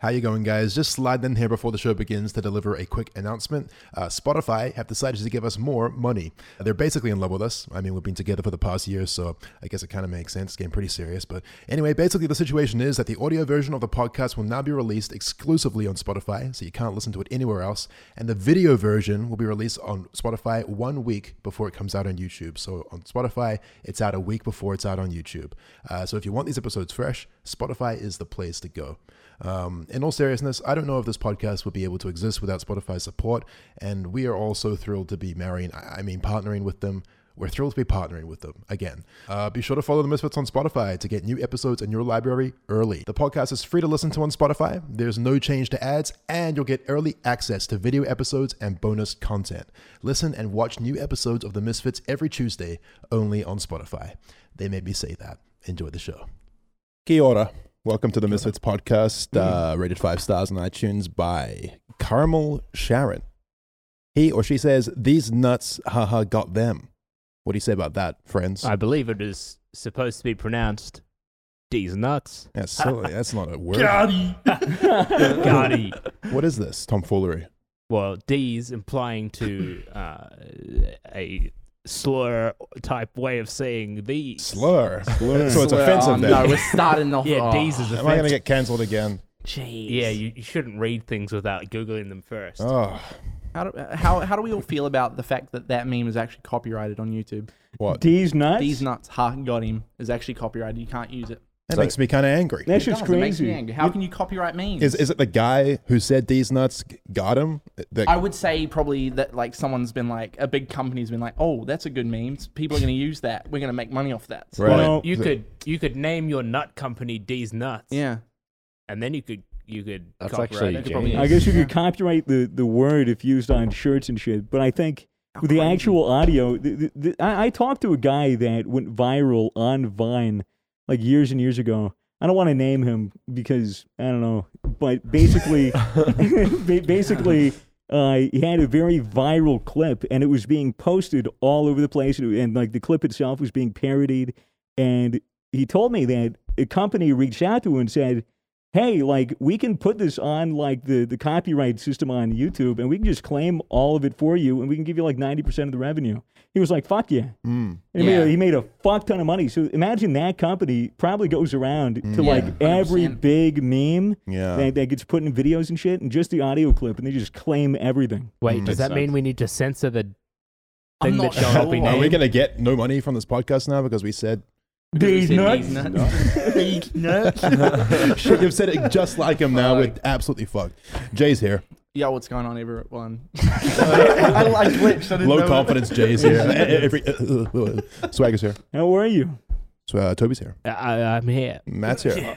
How you going, guys? Just slide in here before the show begins to deliver a quick announcement. Uh, Spotify have decided to give us more money. They're basically in love with us. I mean, we've been together for the past year, so I guess it kind of makes sense. It's getting pretty serious, but anyway, basically the situation is that the audio version of the podcast will now be released exclusively on Spotify, so you can't listen to it anywhere else, and the video version will be released on Spotify one week before it comes out on YouTube. So on Spotify, it's out a week before it's out on YouTube. Uh, so if you want these episodes fresh, Spotify is the place to go. Um, in all seriousness, I don't know if this podcast would be able to exist without Spotify's support, and we are all so thrilled to be marrying, I I mean, partnering with them. We're thrilled to be partnering with them again. Uh, be sure to follow the Misfits on Spotify to get new episodes in your library early. The podcast is free to listen to on Spotify. There's no change to ads, and you'll get early access to video episodes and bonus content. Listen and watch new episodes of The Misfits every Tuesday only on Spotify. They made me say that. Enjoy the show. Kia ora. Welcome to the Misfits podcast, uh, rated five stars on iTunes by Carmel Sharon. He or she says, These nuts, haha, got them. What do you say about that, friends? I believe it is supposed to be pronounced these nuts. that's silly. That's not a word. Gotti. What is this? Tomfoolery. Well, D's implying to uh, a slur type way of saying these. Slur. So it's Well, offensive then. No, we're starting off. Yeah, oh, D's is Am I going to offensive. get cancelled again? Jeez. Yeah, you, you shouldn't read things without Googling them first. Oh, How do, how, how do we all feel about the fact that that meme is actually copyrighted on YouTube? what? D's nuts. These nuts, ha, got him, is actually copyrighted. You can't use it. that makes me kind of angry. That It shit's does, it makes me crazy. angry. How can you copyright memes? Is, is it the guy who said these nuts g- got him? That, I would say probably that like someone's been like a big company's been like, oh, that's a good meme. People are going to use that. We're going to make money off that. So, right. Oh, Well, You could you could name your nut company D's nuts. Yeah. And then you could you could That's copyright actually it. It's probably- I guess you could copyright the, the word if used on shirts and shit, but I think with the actual audio, the, the, the, I, I talked to a guy that went viral on Vine like years and years ago. I don't want to name him because I don't know, but basically, ba- basically, uh, he had a very viral clip, and it was being posted all over the place, and, and like the clip itself was being parodied. And he told me that a company reached out to him and said, "Hey, like we can put this on like the the copyright system on YouTube, and we can just claim all of it for you, and we can give you like ninety percent of the revenue." He was like, "Fuck yeah!" Mm. And he, Yeah. made a, he made a fuck ton of money. So imagine that company probably goes around to Yeah, like every 100%. big meme Yeah. that, that gets put in videos and shit, and just the audio clip, and they just claim everything. Wait, does that sense. mean we need to censor the I'm thing not that shall not be sure. Are we named? going to get no money from this podcast now because we said Because These we said nuts. These nuts. These nuts. oh, Shit, you've said it just like him now. We're absolutely fucked. Jay's here. Yo, what's going on, everyone? I like glitched. I didn't know Low it. confidence Jay's here. Every, uh, Swagger's here. How are you? So, uh, Toby's here. I, I'm here. Matt's here. Uh,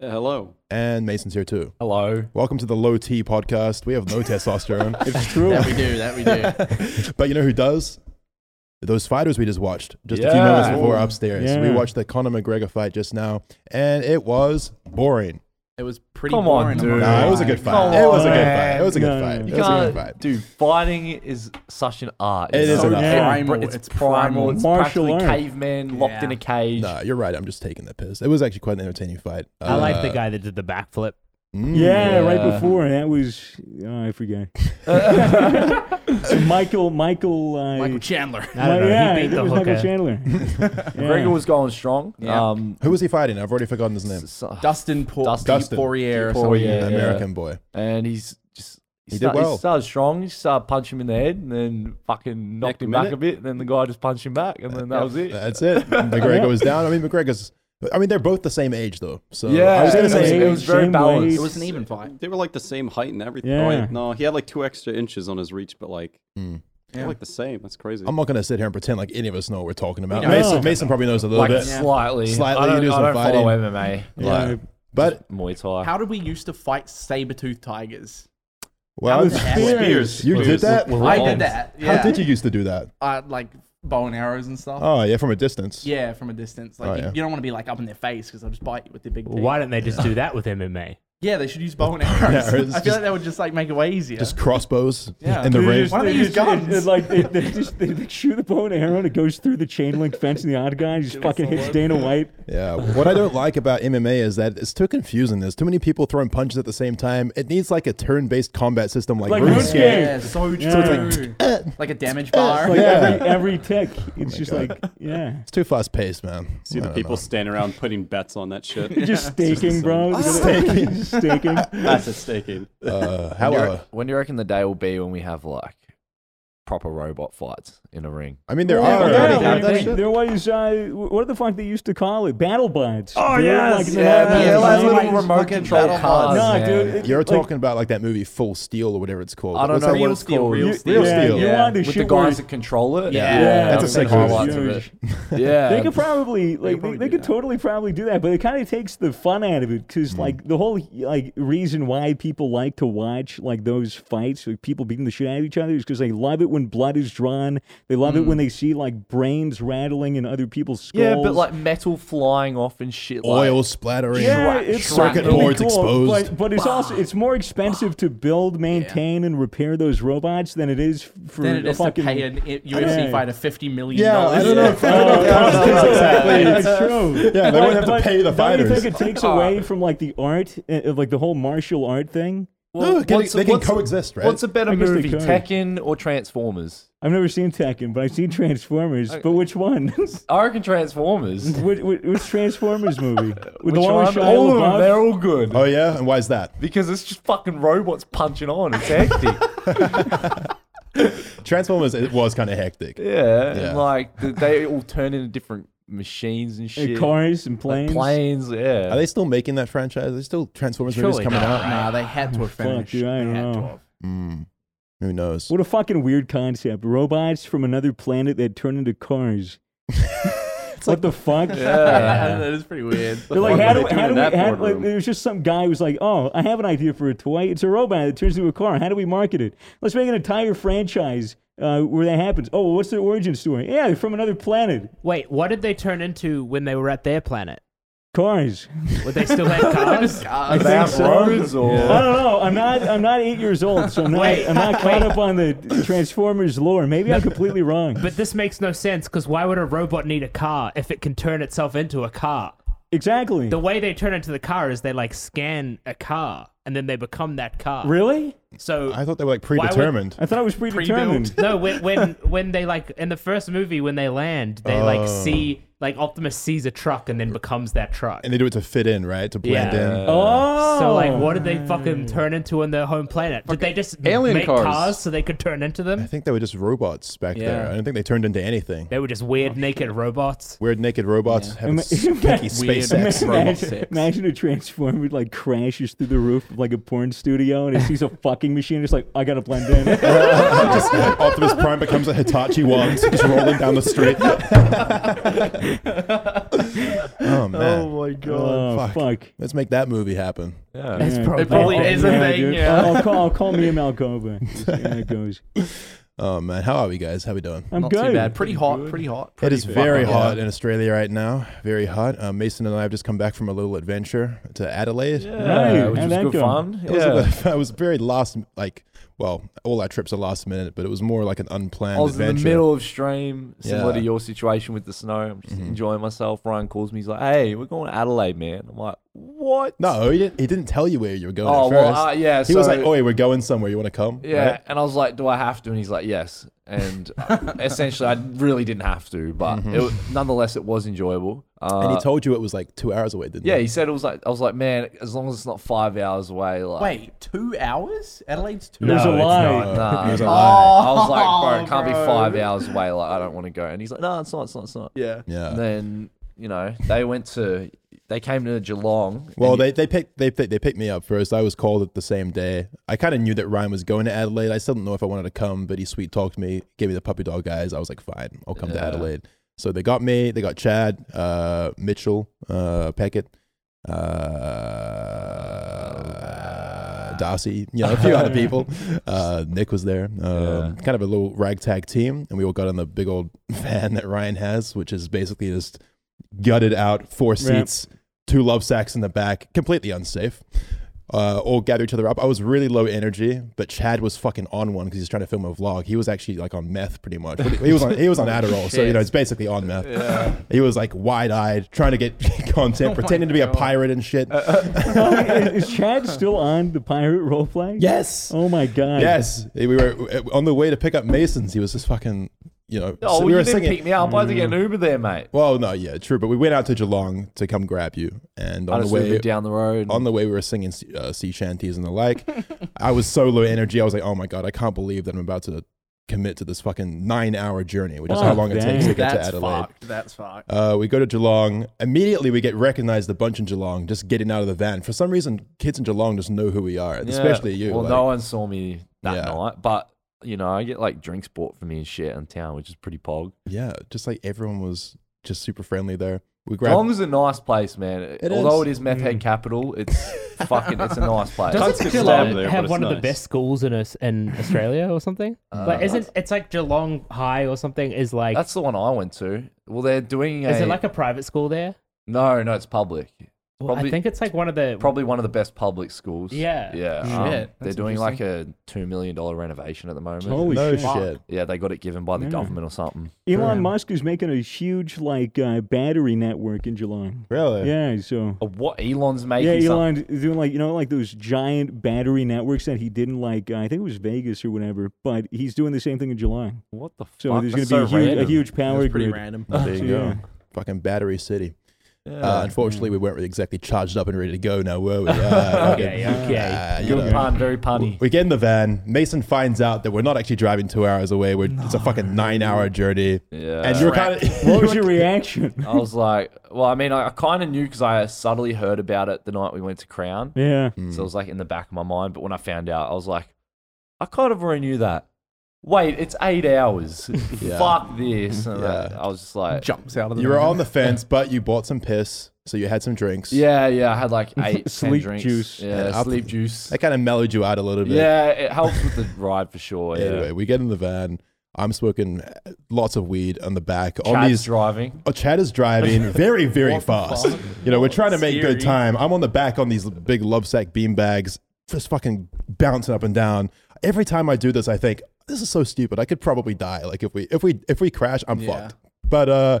Hello. And Mason's here too. Hello. Welcome to the Low T podcast. We have no testosterone. It's true. That we do. That we do. but you know who does? Those fighters we just watched just a few minutes Yeah. before upstairs. We Yeah. watched the Conor McGregor fight just now, and it was boring. It was pretty Come on, boring. I'm not dude. gonna Nah, it was a lie. good Come fight. It was a good on. fight. It was a No, good no, fight. no. It You was a good can't, fight. dude, fighting is such an art. It is so an art. Primal. It's, It's primal. primal. It's Martial practically art. caveman locked in Yeah. a cage. Nah, you're right. I'm just taking the piss. It was actually quite an entertaining fight. I like the Uh, guy that did the backflip. mm. Yeah, right Yeah. before that was oh, I forget. So Michael, Michael, uh, Michael Chandler. I don't Mi- know. yeah, he beat it the was hooker. Michael Chandler. Gregor was going strong. Yeah. Um, Who was he fighting? I've already forgotten his name. Oh, so- Dustin, po- Dustin. Dustin. Poirier. or Poirier. something. yeah, yeah. American boy. and he's just. He did start- well. He started strong. He started punching him in the head, and then fucking knocked Necked him him back in a bit. And then the guy just punched him back, and then that was it. That's it. McGregor was down. I mean, McGregor's. I mean, they're both the same age though. So Yeah, I was gonna same say age. it was very same balanced. weight. It was an even fight. They were like the same height and everything. Yeah. Oh, wait, no, he had like two extra inches on his reach, but like they're Yeah. like the same. That's crazy. Hmm. I'm not gonna sit here and pretend like any of us know what we're talking about. No. Mason, Mason probably knows a little like bit. slightly. Slightly, I you don't, do some I don't follow fighting. MMA. Yeah. Like, But Muay Thai. How did we used to fight saber-toothed tigers? well, was Spears. you did Spears. that. I did that. Yeah. How did you used to do that? Uh, like bow and arrows and stuff. Oh yeah, from a distance. Yeah, from a distance. Like Oh, you, yeah. you don't want to be like up in their face because they'll just bite you with their big teeth. Why don't they just do that with MMA? Yeah, they should use bow and arrows, arrows. I feel just- like that would just like make it way easier. Just crossbows Yeah. and the Dude, rave. Why don't they use guns? And, like they, they just they, they shoot the bow and arrow and it goes through the chain link fence and the odd guy just fucking hits Dana White. Yeah. What I don't like about MMA is that it's too confusing. There's too many people throwing punches at the same time. It needs like a turn-based combat system like, Like RuneScape. RuneScape. yeah, so true. it's like, a damage bar. Like Yeah. every every tick, it's just Oh God. like yeah, It's too fast-paced, man. See I the don't people know. standing around putting bets on that shit. just staking, bro. Ah. Staking. Just staking. That's a staking. Uh, When do you however, reck- when do you reckon the day will be when we have like proper robot fights in a ring? I mean, there Yeah, are. uh, yeah, already when have that they- shit. there was uh, what the fuck they used to call it? Battle bots. Oh, They were, yes, like, in the Yeah, nineties, yeah, like right? little fucking remote battle control bots. cars. Nah, man. dude, it- You're like, talking about like that movie Full Steel or whatever it's called. I don't What's know that what one? it's called. Real you, Steel. Yeah, Steel. you Yeah. wanted to With the shit guys where- that control it. Yeah. That's a I've seen sick movie. highlights of it. They Uh, Yeah. could probably like they, probably they do could that. Mm-hmm. totally probably do that, but it kind of takes the fun out of it because like the whole like reason why people like to watch like those fights, like people beating the shit out of each other, is because they love it when blood is drawn. They love it when Mm. they see like brains rattling in other people's skulls. Yeah, but like metal flying off and shit. Like, Oil splattering. Yeah, Shrek- it's Shrek like and really boards cool, exposed. But, but it's also it's more expensive to build, maintain, and repair those robots than it is for Then it a is fucking. to pay an i- UFC Yeah. fighter fifty million Yeah, dollars. I don't know. If, I don't know if Oh, that's exactly. That's true. Yeah, they wouldn't have to But- pay the but Don't you fighters. think it takes away from like the art, uh, of, like the whole martial art thing? No, it can- What's- they can what's- coexist, right? What's a better I guess they movie, could. Tekken or Transformers? I've never seen Tekken, but I've seen Transformers. But which one? which, I reckon Transformers. which, which Transformers movie? With Which one? Shia All of them. LaBeouf? They're all good Oh yeah, and why is that? because it's just fucking robots punching on. It's hectic. Transformers it was kind of hectic. yeah, Yeah. And like th- they all turn into different machines and And shit. cars and Like planes. planes, yeah. Are they still making that franchise? Are they still Transformers movies Surely coming out? Nah, they had to have Fuck, finished. dude, I don't They had to know. have. Mm, who knows? What a fucking weird concept. Robots from another planet that turn into cars. what the fuck? Yeah. that is pretty weird. They're like, fuck how were do, they we- doing how do in we, that how, like, boardroom? there was just some guy who was like, oh, I have an idea for a toy. It's a robot that turns into a car. How do we market it? Let's make an entire franchise uh, where that happens. Oh, what's their origin story? Yeah, they're from another planet. Wait, what did they turn into when they were at their planet? Cars. Would they still have cars? I They think have so. roads or I don't know. I'm not. I'm not eight years old, so I'm not. Wait, I'm not caught wait. up on the Transformers lore. Maybe I'm completely wrong. but this makes no sense because why would a robot need a car if it can turn itself into a car? exactly. The way they turn into the car is they like scan a car and then they become that car. really? So I thought they were like would- predetermined. I thought it was predetermined. no, when, when when they like in the first movie when they land, they like Oh. see like Optimus sees a truck and then becomes that truck. and they do it to fit in, right? To blend in. Oh. so like, what did they fucking turn into on their home planet? Did they just Alien make cars. cars. so they could turn into I them? think they were just robots back there. Yeah. I don't think they turned into anything. They were just weird naked robots. Weird naked robots having Ima- s- kinky Weird. SpaceX. Ima- Robot Imagine, sex. imagine a transformer like crashes through the roof of like a porn studio and it sees a fucking machine. It's like, I gotta blend Oh in. just, Optimus Prime becomes a Hitachi wand, just rolling down the street. oh man, my god. oh fuck. fuck! let's make that movie happen. Yeah. It's Yeah. probably, It probably Oh, is a thing, dude. yeah. I'll, I'll call. I'll call me a Malgova. Yeah, it goes. Oh man, how are we guys? How we doing? I'm Not good. too bad. Pretty hot. Pretty hot. It Pretty is very fucking hot in Australia right now. Very hot. Uh, Mason and I have just come back from a little adventure to Adelaide. Right, which how'd was that good go? fun. It was, Yeah. a, it was very last, like, well, all our trips are last minute, but it was more like an unplanned I was adventure. in the middle of stream, similar Yeah. Mm-hmm. to your situation with the snow. I'm just enjoying myself. Ryan calls me. He's like, "Hey, we're going to Adelaide, man." I'm like, "What?" No, he didn't, he didn't tell you where you were going Oh at first. well, uh, yeah. he so, was like, "Oi, we're going somewhere. You want to come?" yeah." Right? And I was like, "Do I have to?" And he's like, "Yes." And uh, essentially, I really didn't have to, but it wa- nonetheless, it was enjoyable. Uh, Mm-hmm. And he told you it was like two hours away, didn't yeah, he? he said it was like I was like, man, as long as it's not five hours away, like Wait, two hours? Adelaide's two. There's hours? a it's lie. not. Nah. It was a Oh. lie. I was like, bro, it can't be bro. five hours away. Like, I don't want to go. And he's like, no, it's not, it's not, it's not. Yeah. Yeah. And then you know they went to they came to Geelong. Well, and they, they picked they picked, they picked me up first. I was called at the same day. I kind of knew that Ryan was going to Adelaide. I still didn't know if I wanted to come, but he sweet talked me, gave me the puppy dog eyes. I was like, fine, I'll come to Yeah. Adelaide. So they got me. They got Chad, uh, Mitchell, uh, Peckett, uh, Darcy, you know, a few other people. Uh, Nick was there. Um, Kind of a little ragtag team, and we all got on the big old van that Ryan has, which is basically just gutted out, four Ramp. seats, two love sacks in the back, completely unsafe. uh, all gather each other up. I was really low energy, but Chad was fucking on one because he's trying to film a vlog. He was actually like on meth, pretty much. But He was on he was on Adderall, so you know it's basically on meth. He was like wide eyed, trying to get Oh content, pretending to be a pirate and shit. Uh, Oh, is, is Chad still on the pirate role play? yes, Oh my god. yes. We were uh, on the way to pick up Masons. He was just fucking, you know. Oh, so well, we you were didn't singing. Mm. pick me up. I had to get an Uber there, mate. Well, no, yeah, true. But we went out to Geelong to come grab you, and I on the just way Ubered down the road. on the way we were singing uh, sea shanties and the like. I was so low energy. I was like, oh my god, I can't believe that I'm about to commit to this fucking nine hour journey, which is how Fuck, long it dang. takes to get to That's Adelaide. fucked. That's fucked. Uh, we go to Geelong. Immediately, we get recognized a bunch in Geelong just getting out of the van. For some reason, kids in Geelong just know who we are, Yeah. especially you. Well, like- no one saw me that Yeah. night, but you know, I get like drinks bought for me and shit in town, which is pretty pog. yeah, just like everyone was just super friendly there. We grabbed. Geelong's a nice place, man. It is. Although Mm. it is meth head capital, it's fucking it's a nice place. Doesn't Cunts It's get Geelong stabbed. there, but have it's one of the nice. best schools in us in Australia or something? Uh, like, isn't it's like Geelong High or something? Is like, That's the one I went to. Well, they're doing a, is it like a private school there? no, no, it's public. Well, I Probably- think it's like one of the. Probably one of the best public schools. Yeah. yeah. Shit, um, that's they're doing like a two million dollar renovation at the moment. Holy no shit. shit. Yeah, they got it given by the Yeah. government or something. Elon Musk is making a huge like uh, battery network in Geelong. Really? Yeah, so Uh, What Elon's yeah, making? something. Elon is doing like you know like those giant battery networks that he did in like uh, I think it was Vegas or whatever, but he's doing the same thing in July. What the fuck? So there's going That's to be so a, huge, a random. huge power That's pretty grid. random. There you So, go. yeah. Fucking Battery City. Yeah. Uh, unfortunately, we weren't really exactly charged up and ready to go now, were we? Uh, Okay, okay. uh, you Good know. pun, very punny. We get in the van. Mason finds out that we're not actually driving two hours away. We're, It's a fucking nine hour journey. Yeah. And you're kind of. What was your reaction? I was like, well, I mean, I, I kind of knew because I subtly heard about it the night we went to Crown. yeah, Mm. So Hmm. it was like in the back of my mind. But when I found out, I was like, I kind of already knew that. Wait, it's eight hours. Yeah. Fuck this. And Yeah. that- I was just like, Jumps out of the. You were van. on the fence, but you bought some piss, so you had some drinks. yeah, yeah. I had like eight ten Sleep drinks. juice. Yeah, Yeah, up- sleep juice. That kind of mellowed you out a little bit. Yeah, it helps with the ride for sure. Yeah. Anyway, we get in the van. I'm smoking lots of weed on the back. on Chad's these. driving. Oh, Chad is driving very, very fast. You Oh, know, we're trying to make good Scary. time. I'm on the back on these big love sack bean bags, just fucking bouncing up and down. Every time I do this, I think this is so stupid. I could probably die. Like if we if we if we crash, I'm Yeah. fucked. But uh,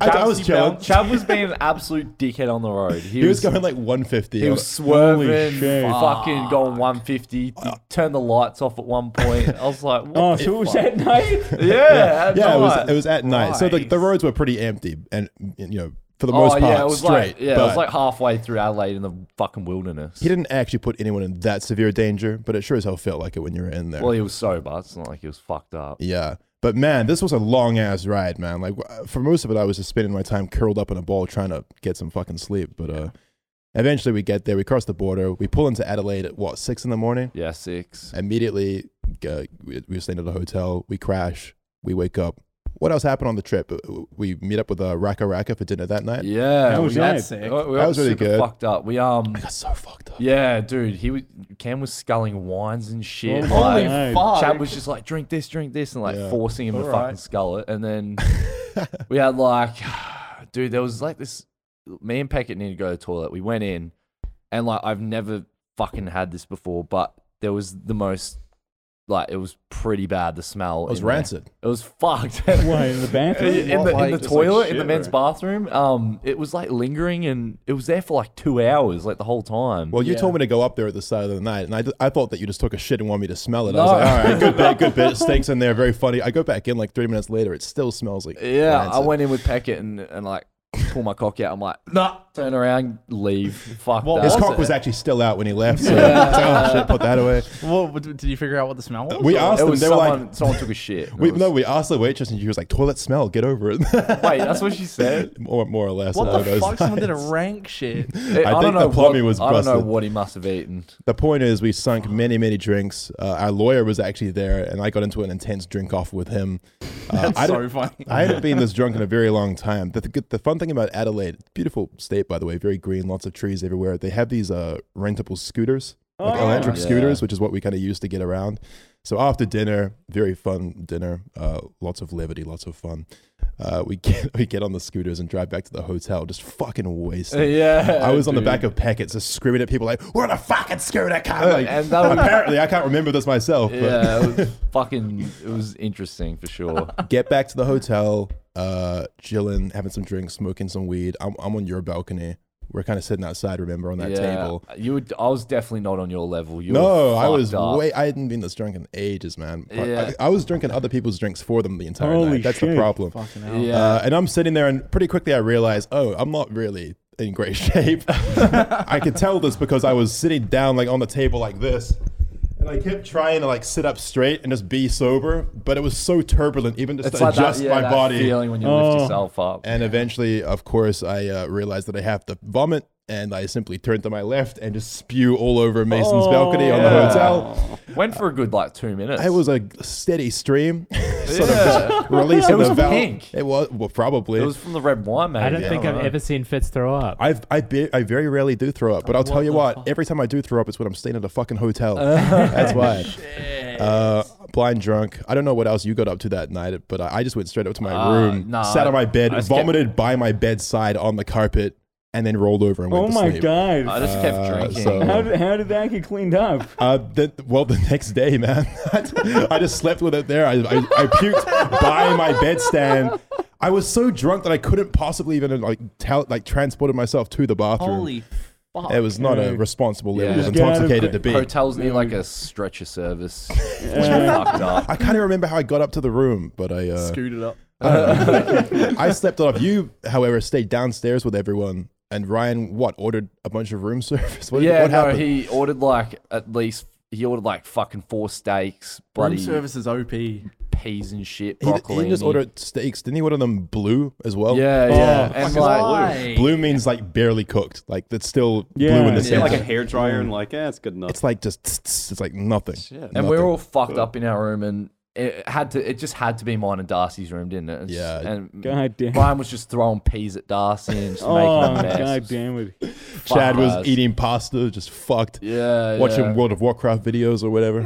I, I was Chad's- chilling. Chad was being an absolute dickhead on the road. He, He was going like 150. He was Holy swerving, shit. fucking going 150. He Uh, turned the lights off at one point. I was like, what Oh, the so it was fuck? at night? Yeah, at yeah, it was night. it was at night, so the, the Christ. roads were pretty empty, and you know for the Oh, most part yeah, it was straight. like yeah, it but was like halfway through Adelaide in the fucking wilderness. he didn't actually put anyone in that severe danger, but it sure as hell felt like it when you were in there. well, he was sober. It's not like he was fucked up. Yeah. But man, this was a long ass ride, man. Like w- for most of it, I was just spending my time curled up in a ball trying to get some fucking sleep. But uh, eventually we get there, we cross the border, we pull into Adelaide at what six in the morning. Yeah, six. Immediately, uh, we, we were staying at a hotel. We crash. We wake up. What else happened on the trip? Uh, We meet up with uh, Raka Raka for dinner that night. Yeah, That was we, it. That's sick. we got That was really super good. Fucked up. We um. I got so fucked up. Yeah, dude, he was Cam was sculling wines and shit. Oh, like, Holy fuck. Chad was just like, drink this, drink this, and like Yeah. forcing him to Alright. fucking scull it. And then we had like, dude, there was like this. Me and Peckett needed to go to the toilet. We went in, and like I've never fucking had this before, but there was the most, like it was pretty bad. The smell I was in there. rancid. It was fucked. Why in the bathroom? in the, in the Like, just like toilet in the shit, men's or- bathroom, um, it was like lingering, and it was there for like two hours, like the whole time. Well, you Yeah. told me to go up there at the side of the night, and I, d- I thought that you just took a shit and wanted me to smell it. I No. was like, all right, good bit, good bit. Stinks in there, very funny. I go back in like three minutes later, it still smells like. Yeah, I rancid. went in with Peckett and, and like pull my cock out. I'm like, nah, turn around, leave. Fuck What that. His was cock it? was actually still out when he left. So it's like, oh shit, put that away. Well, but did you figure out what the smell was? We asked It them. was They were someone, like, someone took a shit. we, It was- no, we asked the waitress, and she was like, "Toilet smell, get over it." wait, that's what she said. more, more or less. what along the those fuck? Someone did a lines. rank shit. I, think don't the know plumbing what, was I don't know busted. what he must have eaten. The point is, we sunk many, many drinks. Uh, our lawyer was actually there, and I got into an intense drink off with him. Uh, That's I so didn't- funny. I haven't been this drunk in a very long time. The, the, the fun thing about Adelaide, beautiful state by the way, very green, lots of trees everywhere. They have these uh, rentable scooters, like Oh, electric yeah. scooters, which is what we kind of used to get around. So after dinner, very fun dinner, uh, lots of levity, lots of fun. Uh, we get we get on the scooters and drive back to the hotel, just fucking wasted. yeah. I was on the dude. back of packets, just screaming at people like, "We're on a fucking scooter car!" Like, Uh, and that was- apparently, I can't remember this myself. But Yeah, it was fucking. It was interesting for sure. get back to the hotel, uh, chilling, having some drinks, smoking some weed. I'm, I'm on your balcony. We're kind of sitting outside, remember, on that yeah, table. you. Would, I was definitely not on your level. You no, were I was fucked up. way. I hadn't been this drunk in ages, man. I- Yeah. I, I was drinking other people's drinks for them the entire Holy night. That's the shit. problem. Fucking hell. Yeah, Uh, and I'm sitting there, and pretty quickly I realize, oh, I'm not really in great shape. I could tell this because I was sitting down, like on the table, like this. And I kept trying to like sit up straight and just be sober, but it was so turbulent, even just it's to like adjust that, yeah, my that body. feeling when you Oh. lift yourself up. And eventually, of course, I uh, realized that I have to vomit, and I simply turn to my left and just spew all over Mason's balcony on the Oh, Yeah. hotel. Went for a good like two minutes. It was a steady stream, sort Yeah. of just releasing It was the valve. pink. It was well, probably. It was from the red wine, maybe. I don't think I've know. ever seen Fitz throw up. I've, I, be, I very rarely do throw up, but I'll tell you what, every time I do throw up, it's when I'm staying at a fucking hotel. That's why. Uh, blind drunk. I don't know what else you got up to that night, but I, I just went straight up to my Uh, room, nah, sat on my bed, I just kept- vomited by my bedside on the carpet, and then rolled over and went Oh to my sleep. god! I just kept Uh, drinking. so- how, did, how did that get cleaned up? Uh, the, well, the next day, man, I just slept with it there. I, I, I puked by my bedstand. I was so drunk that I couldn't possibly even like tell, like transported myself to the bathroom. Holy fuck. it was not a fuck. responsible level Yeah. of Just get out of intoxicated to quick be. Hotels need like Mm. a stretcher service. It's fucked up. I can't even remember how I got up to the room, but I uh, Scooted up. I slept off. You, however, stayed downstairs with everyone, and Ryan what ordered a bunch of room service. What, yeah, what no, happened? he ordered like at least he ordered like fucking four steaks, Room bloody service is OP. Fucking peas and shit, He- broccoli. he just ordered steaks. Didn't he order them blue as well? Yeah, Oh, yeah, and like lie. Blue means like barely cooked, like that's still blue Yeah. in the Yeah, Is it center. like a hair dryer Hmm. and like, yeah, it's good enough. It's like just tss, tss, it's like nothing. Shit. and we were Nothing. all fucked up in our room, and it had to. It just had to be mine and Darcy's room, didn't it? It's- Yeah. and God damn. Brian was just throwing peas at Darcy and just making Oh a mess. god damn it! Fuck Chad was us. eating pasta, just fucked. Yeah, Watching yeah. World of Warcraft videos or whatever.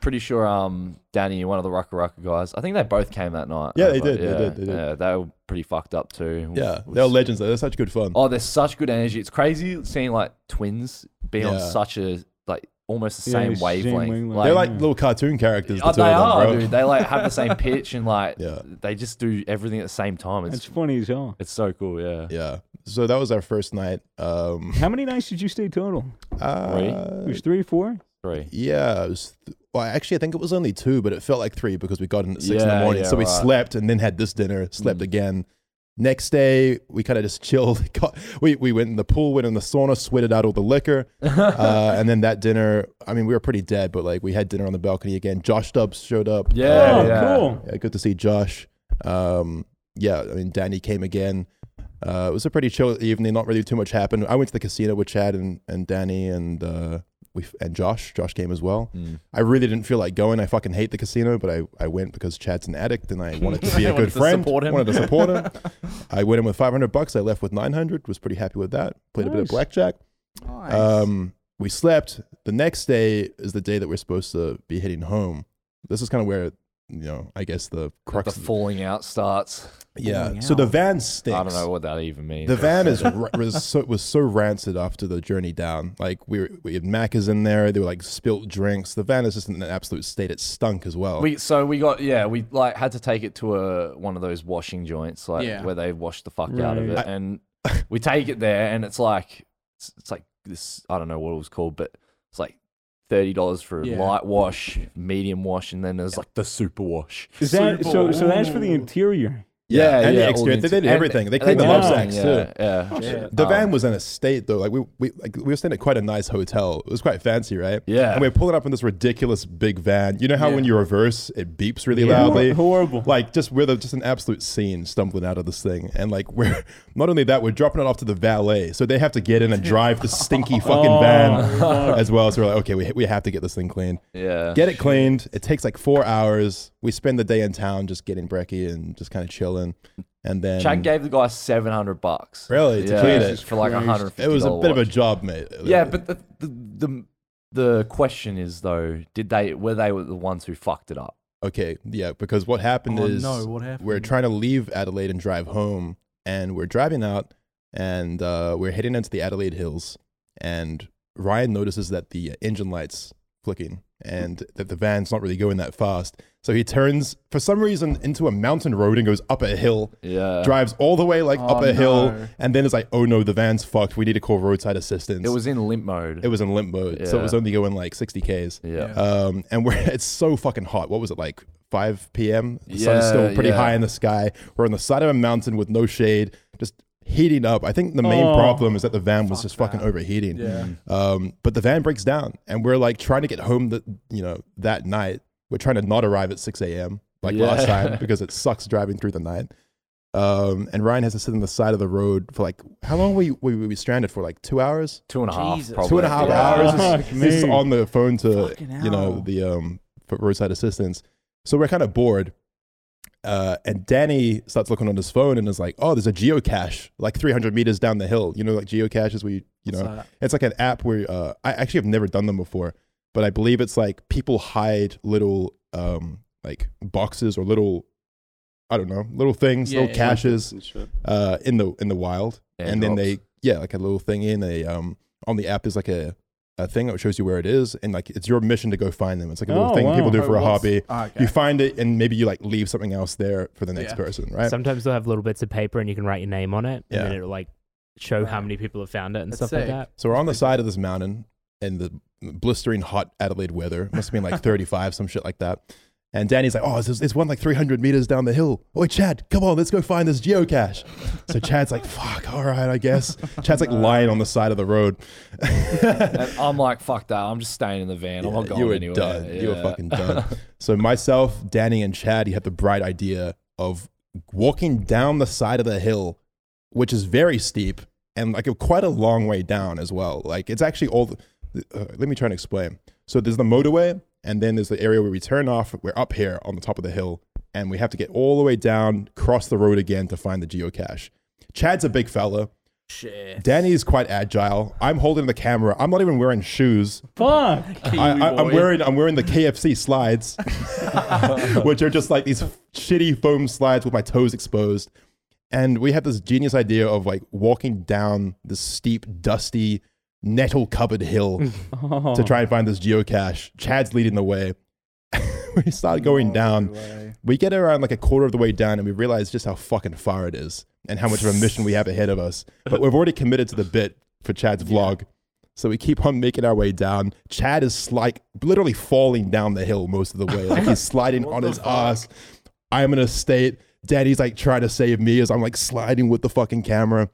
Pretty sure um Danny, one of the Rucka Rucka guys, I think they both came that night. Yeah, Uh, they but did, they Yeah, did, they did. Yeah, they were pretty fucked up too. yeah, It they're was- legends. though. They're such good fun. Oh, there's such good energy. It's crazy seeing like twins be on Yeah. such a like almost the Yeah, same same wavelength. wavelength. they're Like, like little cartoon characters. The oh, two they of them, are, bro. dude. They like have the same pitch and like Yeah. they just do everything at the same time. It's That's funny as hell. it's so cool. Yeah. Yeah. So that was our first night. Um, How many nights did you stay total? uh, It was three, four. Three. Yeah. It was th- well, actually, I think it was only two, but it felt like three because we got in at six in the Yeah, morning. yeah, so we right. Mm. slept and then had this dinner, slept again. Next day, we kind of just chilled. Got, we, we went in the pool, went in the sauna, sweated out all the liquor. uh, and then that dinner, I mean, we were pretty dead, but like we had dinner on the balcony again. Josh Stubbs showed up. Yeah, Uh, oh, yeah. cool. Yeah, good to see Josh. Um, yeah, I mean, Danny came again. Uh, it was a pretty chill evening. Not really too much happened. I went to the casino with Chad and, and Danny and uh, we f- and Josh. Josh came as well. Mm. I really didn't feel like going. I fucking hate the casino, but I, I went because Chad's an addict and I wanted to be a Wanted good to friend. support him. Wanted to support him. I went in with 500 bucks. I left with 900. Was pretty happy with that. Played a bit of Nice. blackjack. Nice. Um, we slept. The next day is the day that we're supposed to be heading home. This is kind of where you know, I guess the crux. The of falling out starts. yeah. falling So the out. van stinks. I don't know what that even means. The van is ra- was so, was so rancid after the journey down. Like we were, we had Macca's in there. They were like spilt drinks. The van is just in an absolute state. It stunk as well. We so we got yeah we like had to take it to a one of those washing joints like Yeah. where they wash the fuck out of it Right. and we take it there and it's like it's, it's like this I don't know what it was called but it's like thirty dollars for a Yeah. light wash, medium wash, and then there's like the super wash. Is that Super. so? So that's for the interior. yeah, and the all exterior. They inter- did and- everything. They and cleaned the did love everything, sacks yeah, too. Yeah, The Um, van was in a state though. Like we we like, we were staying at quite a nice hotel. It was quite fancy, right? Yeah. And we were pulling up in this ridiculous big van. You know how when you reverse, it beeps really Hor- loudly. horrible. Like just we're the, just an absolute scene stumbling out of this thing, and like we're not only that we're dropping it off to the valet, so they have to get in and drive the stinky fucking Oh. Oh. van as well. So we're like, okay, we we have to get this thing cleaned. yeah. Get it cleaned. It takes like four hours. We spend the day in town just getting brekkie and just kind of chilling, and then Chad gave the guy seven hundred bucks. Really? To yeah, clean it? for like a hundred. It was a bit of a job, mate. Yeah, but the the the, the question is though, did they were they the ones who fucked it up? Okay, yeah, because what happened oh is no, what happened? we're trying to leave Adelaide and drive home, and we're driving out, and uh, we're heading into the Adelaide Hills, and Ryan notices that the engine lights flicking and that the van's not really going that fast, so he turns for some reason into a mountain road and goes up a hill, Yeah. drives all the way like up Oh, a hill, no. and then is like, oh no, the van's fucked. We need to call roadside assistance. It was in limp mode. it was in limp mode, so it Yeah. was only going like 60 k's. yeah. Um, and we're it's so fucking hot. What was it like? 5 p.m. The sun's Yeah, still pretty yeah. high in the sky. We're on the side of a mountain with no shade, just heating up. I think the main Oh, problem is that the van was fuck just fucking that. overheating. Yeah. Mm. Um, but the van breaks down, and we're like trying to get home that you know that night. We're trying to not arrive at 6 a.m. like Yeah. last time because it sucks driving through the night. Um, and Ryan has to sit on the side of the road for like how long were you, were we stranded for? Like two hours. Two and a half. Jesus. Probably. Two and a half yeah. hours. is- Fuck He's me. on the phone to Fucking you know hell. the um for roadside assistance. So we're kind of bored. Uh, and Danny starts looking on his phone and is like, "Oh, there's a geocache like 300 meters down the hill. You know, like geocaches where you, you know, So- it's like an app where uh, I actually have never done them before, but I believe it's like people hide little um like boxes or little, I don't know, little things, Yeah, little yeah, yeah. caches and shit. uh in the in the wild, and then Airdrops. they yeah like a little thing in a um on the app there's like a a thing that shows you where it is and like it's your mission to go find them it's like a little Oh, thing people wow. do for a Oh, what's- hobby Ah, okay. you find it and maybe you like leave something else there for the next Yeah. person right Sometimes they'll have little bits of paper and you can write your name on it, Yeah. and then it'll like show how Right. many people have found it and That's stuff like sick. that. so we're on the side of this mountain in the blistering hot adelaide weather must have been like 35 some shit like that and Danny's like, oh, it's, it's one like 300 meters down the hill. Oi, Chad, come on, let's go find this geocache. So Chad's like, fuck, all right, I guess. Chad's like lying on the side of the road. And I'm like, fuck that. I'm just staying in the van. I'm not Yeah, going you were anywhere. done. You were Yeah. fucking done. so myself, Danny, and Chad, you had the bright idea of walking down the side of the hill, which is very steep and like a, quite a long way down as well. Like it's actually all. The, uh, let me try and explain. So there's the motorway, and then there's the area where we turn off. We're up here on the top of the hill, and we have to get all the way down, cross the road again to find the geocache. Chad's a big fella. Shit. Danny's quite agile. I'm holding the camera. I'm not even wearing shoes. Fuck. I, Kiwi I, I'm boy. wearing I'm wearing the KFC slides, which are just like these shitty foam slides with my toes exposed. And we had this genius idea of like walking down this steep, dusty, nettle covered hill Oh. to try and find this geocache. Chad's leading the way. we start going No down. way. We get around like a quarter of the way down and we realize just how fucking far it is and how much of a mission we have ahead of us. But we've already committed to the bit for Chad's vlog. So we keep on making our way down. Chad is like literally falling down the hill most of the way. Like he's sliding on his ass. I'm in a state. Daddy's like trying to save me as I'm like sliding with the fucking camera.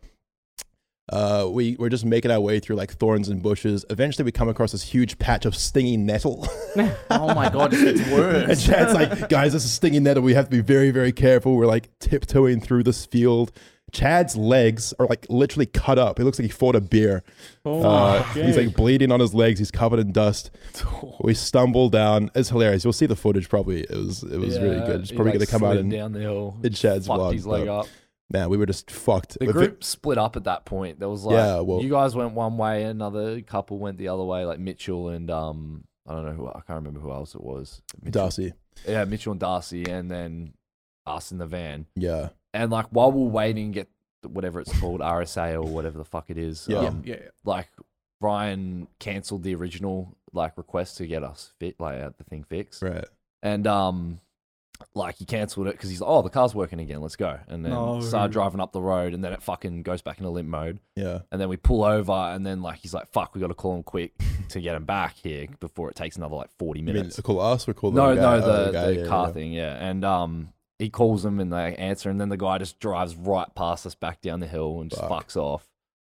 Uh, we, we're just making our way through like thorns and bushes. Eventually, we come across this huge patch of stinging nettle. Oh my god, it gets And worse. Chad's like, guys, this is stinging nettle. We have to be very, very careful. We're like tiptoeing through this field. Chad's legs are like literally cut up. It looks like he fought a beer. Oh, Uh, okay. He's like bleeding on his legs. He's covered in dust. We stumble down. It's hilarious. You'll see the footage. Probably it was it was really Yeah, good. It's he, probably like, gonna come out slid in, down the hill. in Chad's fucked vlog. his leg but, up. Man, we were just fucked. The But group split up at that point. There was like Yeah, well- you guys went one way, another couple went the other way, like Mitchell and um I don't know who I can't remember who else it was. Mitchell. Darcy, Yeah, Mitchell and Darcy and then us in the van. yeah, And like while we're waiting to get whatever it's called, RSA or whatever the fuck it is. Yeah. Um, yeah, like Ryan cancelled the original like request to get us fit like uh, the thing fixed. right. And um, like he cancelled it because he's like, oh, the car's working again. Let's go. And then No. started driving up the road, and then it fucking goes back into limp mode. Yeah, And then we pull over, and then like he's like, fuck, we got to call him quick to get him back here before it takes another like forty you mean minutes. call us or call the no, guy? no, Oh, the, guy, the yeah, car yeah. thing, yeah. And um, he calls him, and they answer, and then the guy just drives right past us back down the hill and just Fuck. fucks off.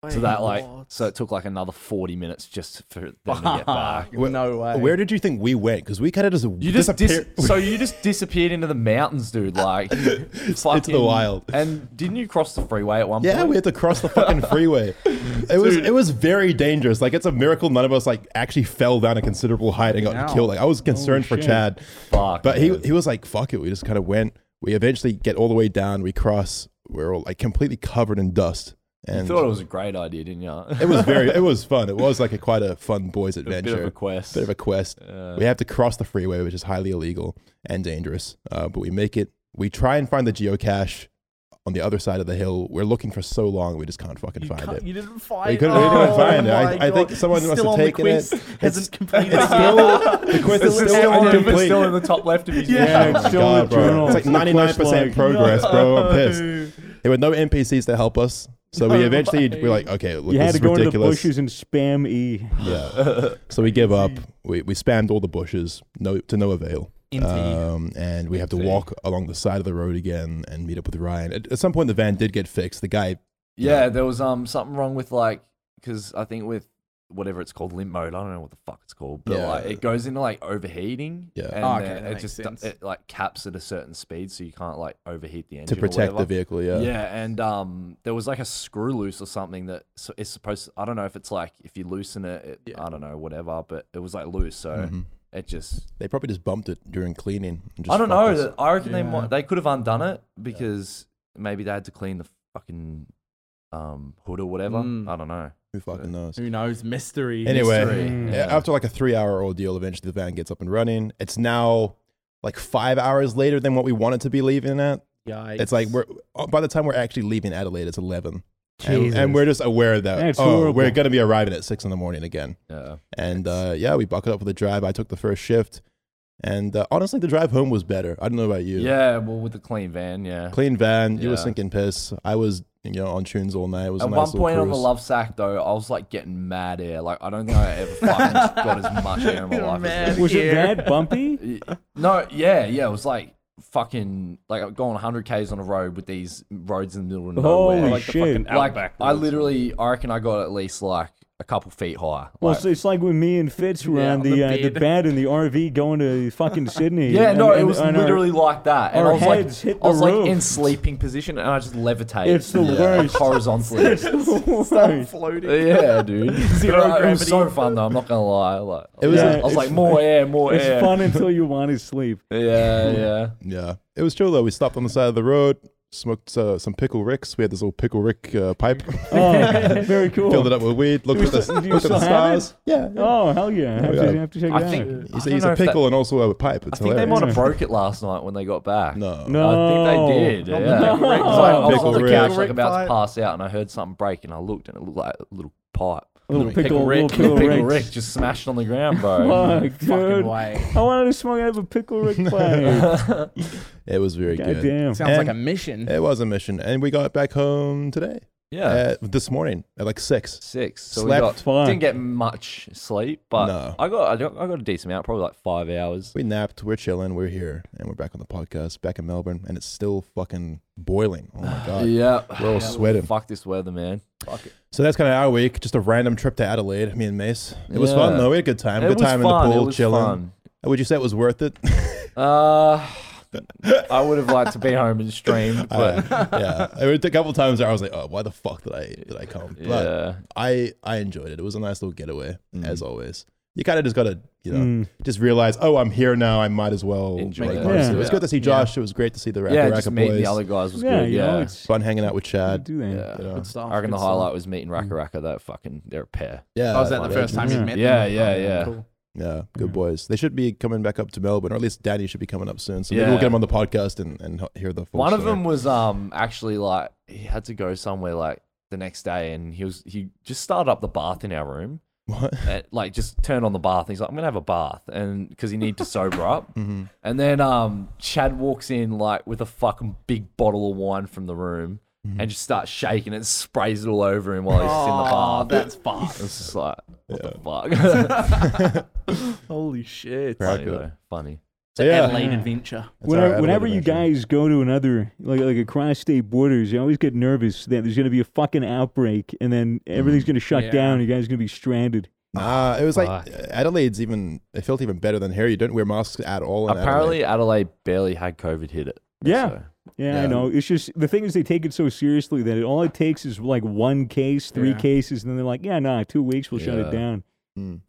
yeah. So that like, What? so it took like another forty minutes just for them to get back. Where- no way. Where did you think we went? Because we kind of just You just dis- disappeared. so you just disappeared into the mountains, dude. Like into the wild. And didn't you cross the freeway at one Yeah, point? we had to cross the fucking freeway. It was it was very dangerous. Like it's a miracle none of us like actually fell down a considerable height and got Ow. killed. Like I was concerned for shit. Chad, Fuck, but he dude. he was like, "Fuck it." We just kind of went. We eventually get all the way down. We cross. We're all like completely covered in dust, You And thought it was a great idea, didn't you? it was very it was fun. It was like a quite a fun boys a adventure. bit of a quest. Bit of a quest. Uh, We have to cross the freeway, which is highly illegal and dangerous. Uh, but we make it. We try and find the geocache on the other side of the hill. We're looking for so long, we just can't fucking You, find can't- it. you didn't find We couldn't, it. we didn't Oh find it. my I, I think God. someone must Still have on the taken quest, it. Hasn't completed. it's still- the quest is still Still active. Still in- incomplete. still in the top left of his Yeah. name. Oh my Still God, in the bro. journal. It's like It's a ninety nine percent quest log. progress, bro. I'm pissed. No. There were no NPCs to help us, so we No eventually way. were like, okay, look, you this had to is go into the ridiculous. bushes and spam E. Yeah. So we give up. We, we spammed all the bushes, no to no avail. Um, and we have to Indeed. walk along the side of the road again and meet up with Ryan. At, at some point, the van did get fixed. The guy, Yeah, there was um something wrong with like because I think with whatever it's called limp mode, I don't know what the fuck it's called, but Yeah. like it goes into like overheating. Yeah. and Oh, then okay, that it makes just sense. it like caps at a certain speed, so you can't like overheat the engine to or protect the whatever. vehicle, yeah. Yeah, and um, there was like a screw loose or something that so it's supposed. I don't know if it's like if you loosen it, it Yeah. I don't know, whatever. But it was like loose, so Mhm. it just They probably just bumped it during cleaning. And just I don't fucked know. us. that- I reckon they Yeah. might, they could have undone it because maybe they had to clean the fucking um, hood or whatever. Mm. I don't know. Who fucking knows? Who knows? Mystery. Anyway. mystery. Mm. Yeah, After like a three hour ordeal, eventually the van gets up and running. It's now like five hours later than what we wanted to be leaving at. Yikes. It's like we're oh, by the time we're actually leaving Adelaide, it's eleven, and, Jesus. and we're just aware that That's oh, we're horrible. gonna be arriving at six in the morning again. Yeah. And uh, yeah, we buckled up for the drive. I took the first shift, and uh, honestly, the drive home was better. I don't know about you. Yeah. Well, with the clean van, yeah. clean van. You were Yeah. sinking piss. I was, you know, on tunes all night. It was a At nice one little point on the cruise. love sack though, I was like getting mad air. Like I don't think I ever fucking got as much air in my You're life. mad. As Was it Yeah. that bumpy? this. No, yeah, yeah. It was like fucking like going 100 k's on a road with these roads in the middle of nowhere. Holy like, shit! like, Outback I roads. literally, I reckon I got at least like a couple feet high. Well, Like- so it's like when me and Fitz were Yeah, on on the the uh, the bed. bed in the RV going to fucking Sydney. Yeah, and- no, it and- was and our- literally like that. And our I was like, heads hit I was the like roof. in sleeping position, and I just levitate. It's the Yeah. worst. horizontally. Start floating. yeah, dude. Zero Like, It was so gravity. fun though. I'm not gonna lie. Like, It was- I Yeah, was it's- like, more air, more it's air. fun until you want to sleep. Yeah, yeah. Yeah, it was chill though. We stopped on the side of the road, smoked uh, some pickle ricks. We had this little pickle rick uh, pipe, Oh, very cool. filled it up with weed. Looked at the, still- do you looked at the still have it? stars. Yeah, yeah. Oh hell yeah! I have, Yeah. to, have to check it I out. think He's, I don't he's know a if that- pickle and also a pipe. It's I think they hilarious. might have broke it last night when they got back. no, no, I think they did. Yeah. Not the pickle It rick. was like, I was Pickle on the rick. couch, Pickle like rick about pipe. to pass out, and I heard something break, and I looked, and it looked like a little pipe. little pickle, Pickle little Rick. pickle Rick. Pickle Rick just smashed on the ground, bro. Fuck, Fucking dude. way. I wanted to smoke out of a pickle Rick pipe. it was very God good. damn. Sounds like And- a mission. It was a mission, and we got back home today, yeah. uh, this morning at like six. six. So Slept we got fine. didn't get much sleep, but No. I got I got I got a decent amount, probably like five hours. We napped, we're chilling, we're here, and we're back on the podcast, back in Melbourne, and it's still fucking boiling. Oh my god, Yeah, we're all sweating. Fuck this weather, man. So that's kind of our week. Just a random trip to Adelaide. Me and Mace. It was Yeah. fun though. We had a good time. it good was time fun. in the it pool, was chilling. Fun. Would you say it was worth it? Uh, I would have liked to be home and streamed, but yeah, there were a couple times where I was like, "Oh, why the fuck did I did I come?" But yeah, I I enjoyed it. It was a nice little getaway, Mm. as always. You kind of just gotta, you know, Mm. just realize, oh, I'm here now. I might as well Enjoy make it. most of Yeah. it. It's good to see Josh. It was great to see the yeah, Rakaraka just meeting boys. the other guys was Yeah, good. you Yeah, know, it's Fun hanging out with you Chad. do that. yeah. You know. Good stuff. I reckon good the stuff. highlight was meeting Raka Raka. That fucking they're a pair. Yeah, Oh, was that the yeah, first time you Yeah. met them? Yeah, yeah, yeah. Cool. Yeah, Mm. good boys. They should be coming back up to Melbourne, or at least Danny should be coming up soon. So maybe Yeah. we'll get him on the podcast and, and he- hear the full One of story. them was um actually like he had to go somewhere like the next day, and he was he just started up the bath in our room. What? uh, like just turn on the bath. He's like, I'm gonna have a bath, and because he need to sober up. hmm And then um, Chad walks in like with a fucking big bottle of wine from the room and just starts shaking it, sprays it all over him while he's in the Oh, bath. that's fast. It's just like what the fuck. Holy shit. Right. funny, Exactly. though, funny. So yeah, Adelaide Yeah. adventure. that's our Whenever, Adelaide whenever you adventure. guys go to another, like like across state borders, you always get nervous that there's going to be a fucking outbreak, and then everything's going to shut Yeah. down. And you guys going to be stranded. Nah, it was like Fuck. Adelaide's even. It felt even better than here. You don't wear masks at all. In Apparently, Adelaide barely had COVID hit it. Yeah. so- Yeah, Yeah. I know. It's just the thing is they take it so seriously that it, all it takes is like one case, three Yeah. cases, and then they're like, yeah, nah, two weeks we'll shut Yeah. it down. Adelaide. Mm.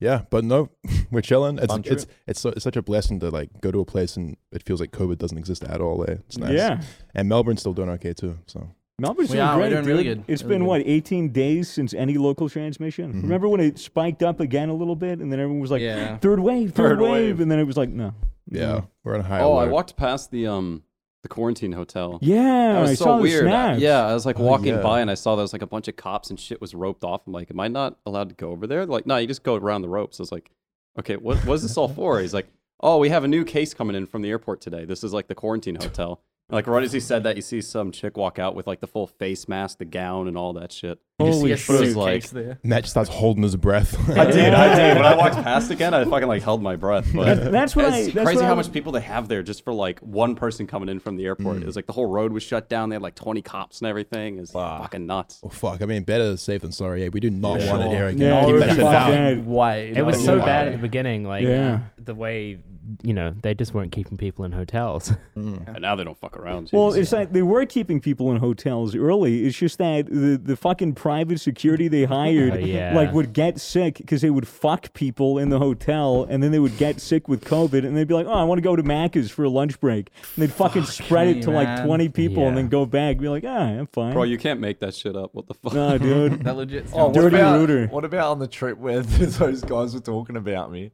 yeah, but no, we're chilling. It's Fun it's it's, so, it's such a blessing to like go to a place and it feels like COVID doesn't exist at all. Eh? It's nice. Yeah, and Melbourne's still doing okay too. So Melbourne's We doing are, we're great, doing really dude. good. It's Really been good. what 18 days since any local transmission. Mhm. Remember when it spiked up again a little bit, and then everyone was like, yeah. "Third wave, third, Third wave. wave." and then it was like, "No." Yeah, we're on a high Oh, I alert. walked past the um the quarantine hotel. Yeah, That was I so saw the weird. I- snaps. yeah, I was like Oh, walking yeah. by and I saw there was like a bunch of cops and shit was roped off. I'm like, am I not allowed to go over there? They're like, no, you just go around the ropes. I was like, okay, what what is this all for? He's like, oh, we have a new case coming in from the airport today. This is like the quarantine hotel. And, like right as he said that, you see some chick walk out with like the full face mask, the gown, and all that shit. Holy But it was shit! like, there. Matt just starts holding his breath. I did, I did. When I walked past again, I fucking like held my breath. But That- that's what I. it's That's crazy what I how was- much people they have there just for like one person coming in from the airport. It Mm. was like the whole road was shut down. They had like 20 cops and everything. It's fucking nuts. Oh, fuck. I mean, better safe than sorry. Yeah, we do not want it Sure. here again. Yeah, Keep it that was shit fucked down. up. Why? It was so Wow. bad at the beginning, like Yeah. the way you know they just weren't keeping people in hotels. And now they don't fuck around. Well, Jesus. it's like they were keeping people in hotels early. It's just that the, the fucking private security they hired Oh, yeah. like would get sick because they would fuck people in the hotel, and then they would get sick with COVID, and they'd be like, "Oh, I want to go to Macca's for a lunch break," and they'd fucking spread me, it to like man. twenty people, and Yeah. then go back, and be like, "Ah, I'm fine." bro, you can't make that shit up. What the fuck? nah, dude. That legit. Oh, sounds- what Dirty about, Rooter. What about on the trip where those guys were talking about me?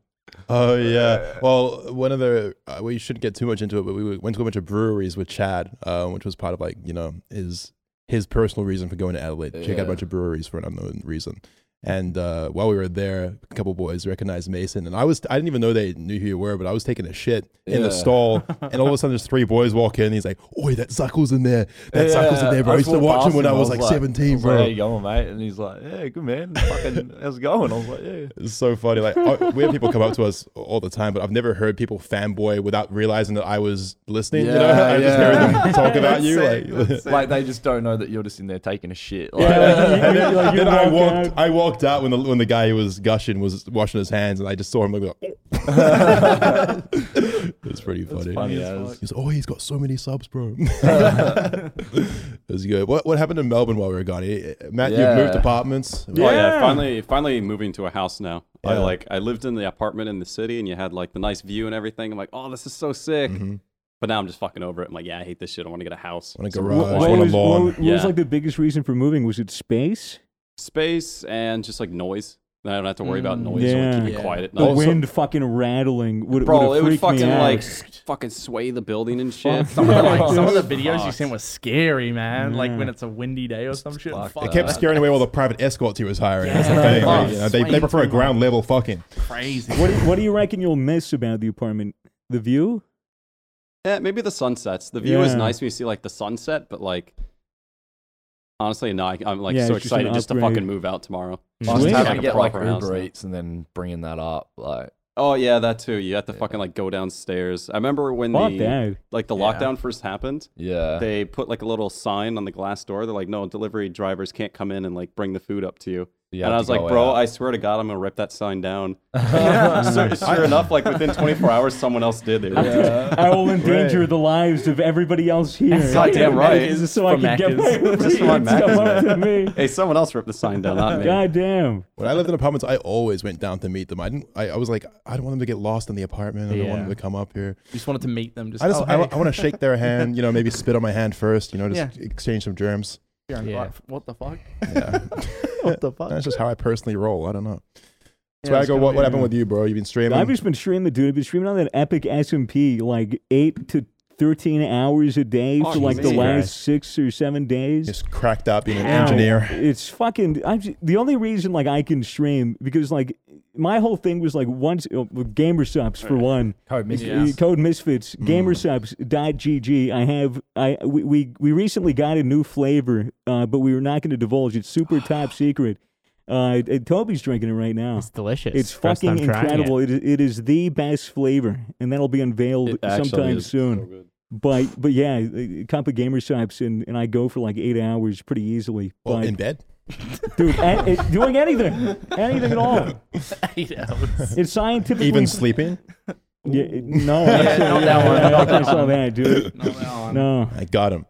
Oh yeah. Well, one of the uh, we shouldn't get too much into it, but we went to a bunch of breweries with Chad, uh, which was part of like you know his his personal reason for going to Adelaide. Check out a Yeah. bunch of breweries for an unknown reason. And uh, while we were there, a couple boys recognized Mason, and I was—I didn't even know they knew who you were, but I was taking a shit in the Yeah. stall, and all of a sudden, there's three boys walk in. And he's like, "Oi, that Zuckel's in there! That Zuckel's in Yeah, there, bro!" I used to walked watch him past when I I was like, 17, I was bro. Like, How you going, mate? And he's like, yeah, good man. Fucking, how's it going? I was like, yeah. It's so funny. Like I- we have people come up to us all the time, but I've never heard people fanboy without realizing that I was listening. you know, Yeah, I just yeah. heard them talk about you. That's Like, it. Like they just don't know that you're just in there taking a shit. Like, Yeah, like, you- you- like, you then I walk walked. out. I walked out when the when the guy who was gushing was washing his hands, and I just saw him like. it's pretty funny. funny as fuck. He's oh, he's got so many subs, bro. it was good. What what happened in Melbourne while we were gone? Eh, eh, Matt, Yeah. you moved apartments. Oh Yeah. yeah, finally, finally moving to a house now. I Yeah. like I lived in the apartment in the city, and you had like the nice view and everything. I'm like, oh, this is so sick. Mhm. But now I'm just fucking over it. I'm like, yeah, I hate this shit. I want to get a house, Want a Some garage, What, Right. what On a was, what lawn. was- what was, Yeah. like the biggest reason for moving? Was it space? space, and just like noise. Then I don't have to worry about Mm, noise. so I yeah. keep it Yeah. quiet at The night. wind fucking rattling would bro, would've it would freaked me fucking out. like s- fucking sway the building and shit. Some of, the, like, Yeah. some of the videos you Fucked. sent were scary, man. Like when Yeah. it's a windy day or some shit. Fuck Fuck It kept that. scaring away all the private escorts he was hiring. That's the Yeah. thing. Oh, Like, you know, they, they sweet. prefer a ground level fucking. crazy. What do, what do you reckon you'll miss about the apartment? The view? Yeah, maybe the sunsets. The view is Yeah. nice when you see like the sunset, but like honestly, no, I, I'm like Yeah, so it's just an excited just to upgrade. fucking move out tomorrow. I was Sweet. having Like a to get like proper house Uber now. Eats and then bringing that up. Like, Oh yeah, that too. You have to Yeah. fucking like go downstairs. I remember when Fuck the that. like the Yeah. lockdown first happened. yeah. They put like a little sign on the glass door. They're like, "No, delivery drivers can't come in and like bring the food up to you." You and have I to was like, go "Bro, out. I swear to God, I'm gonna rip that sign down." sure, sure enough, like within 24 hours, someone else did. They were like, Yeah. I will endanger the lives of everybody else here. Goddamn right. Just so I For can get my Maccas. Just want Uber Eats come up Maccas, to me. "Hey, someone else ripped the sign down, not me." God damn. When I lived in apartments, I always went down to meet them. I didn't. I, I was like, I don't want them to get lost in the apartment. I don't want Yeah. them to come up here. You just wanted to meet them. Just, I just, oh, I, hey. want to shake their hand. You know, maybe spit on my hand first. You know, just exchange some germs. You're on Yeah. life. What the fuck? Yeah, What the fuck? that's just how I personally roll. I don't know. Yeah, So I it's go. kinda What, what weird. happened with you, bro? You've been streaming. I've just been streaming, dude. I've been streaming on that epic SMP like 8 to 13 hours a day Oh, for like the Jesus last Christ. six or seven days. just cracked up being an Ow. engineer. It's fucking. I'm j the only reason like I can stream because like my whole thing was like once uh, gamer subs for one. Code Misfits. Uh, Code Misfits, gamersubs.gg. I have I we, we we recently got a new flavor, uh, but we were not going to divulge. It's super top secret. Uh, and Toby's drinking it right now. It's delicious. It's First time fucking trying it. incredible. It. is- it is the best flavor, and that'll be unveiled It actually sometime is soon. so good. But but yeah, a cup of gamer subs, and, and I go for like eight hours pretty easily. Well, but in bed. dude. a- a- doing anything, anything at all. Eight hours. It's scientifically Even sleeping. Yeah, it- no, Yeah, not actually, that one, I don't not think I that saw one. that, dude. No, no, no. No, I got him.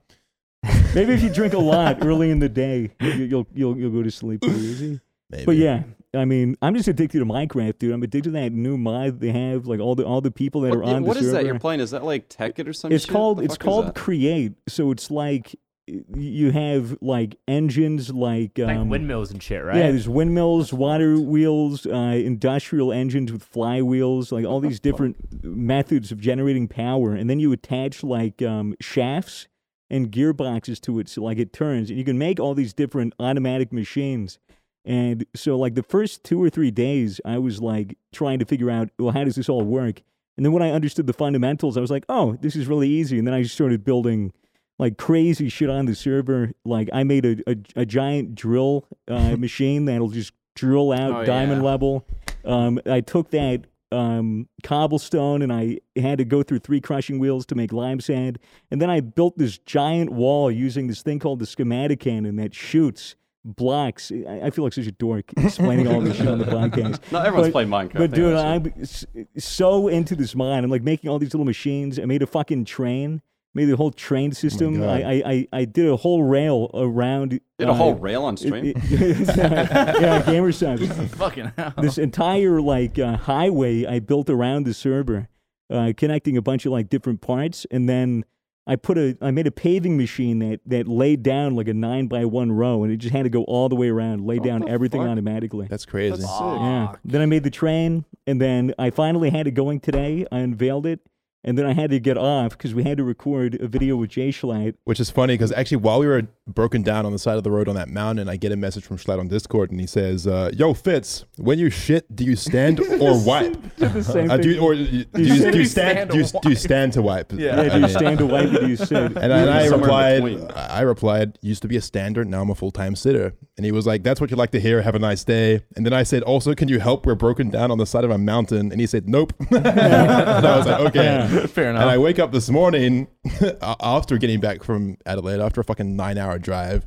maybe if you drink a lot early in the day, you, you'll you'll you'll go to sleep pretty easy. Maybe. But yeah, I mean, I'm just addicted to Minecraft, dude. I'm addicted to that new mod they have, like all the all the people that What, are on what the is server. that you're playing? Is that like Tekkit or something? It's called it's called Create, so it's like you have like engines like um, like windmills and shit, right? Yeah, there's windmills, water wheels, uh, industrial engines with flywheels, like all these different methods of generating power. And then you attach like um, shafts and gearboxes to it, so like it turns. And you can make all these different automatic machines. And so, like the first two or three days, I was like trying to figure out, well, how does this all work? And then when I understood the fundamentals, I was like, oh, this is really easy. And then I just started building like crazy shit on the server. Like I made a a, a giant drill uh, machine that'll just drill out Oh, diamond yeah. level. Um, I took that um, cobblestone and I had to go through three crushing wheels to make lime sand, and then I built this giant wall using this thing called the schematic cannon that shoots blocks. I, I feel like such a dork explaining all this shit on the podcast. Not everyone's But- playing Minecraft. But dude, anyway, so- I'm s- so into this mine. I'm like making all these little machines. I made a fucking train. Made the whole Oh train system. God. I, I, I I did a whole rail around. did a whole uh, rail on stream. it- it- yeah, gamer subs. Fucking hell. This entire like uh, highway I built around the server, uh, connecting a bunch of like different parts, and then I put a I made a paving machine that that laid down like a nine by one row, and it just had to go all the way around, lay down everything fuck? automatically. That's crazy. Yeah. Then I made the train, and then I finally had it going today. I unveiled it, and then I had to get off because we had to record a video with Jay Schleit. Which is funny because actually, while we were broken down on the side of the road on that mountain, I get a message from Schlatt on Discord, and he says, uh, "Yo, Fitz, when you shit, do you stand or wipe? Did the same Uh, thing. do you, or do you, do you, stand- stand? Do you, do you stand to wipe? yeah, do you stand to wipe or do you sit? And, I, and I Somewhere replied, between. I replied, used to be a standard, now I'm a full time sitter. And he was like, That's what you like to hear. Have a nice day. And then I said, Also, can you help? We're broken down on the side of a mountain. And he said, Nope. and I was like, Okay. Fair And I enough. wake up this morning a- after getting back from Adelaide, after a fucking nine hour drive,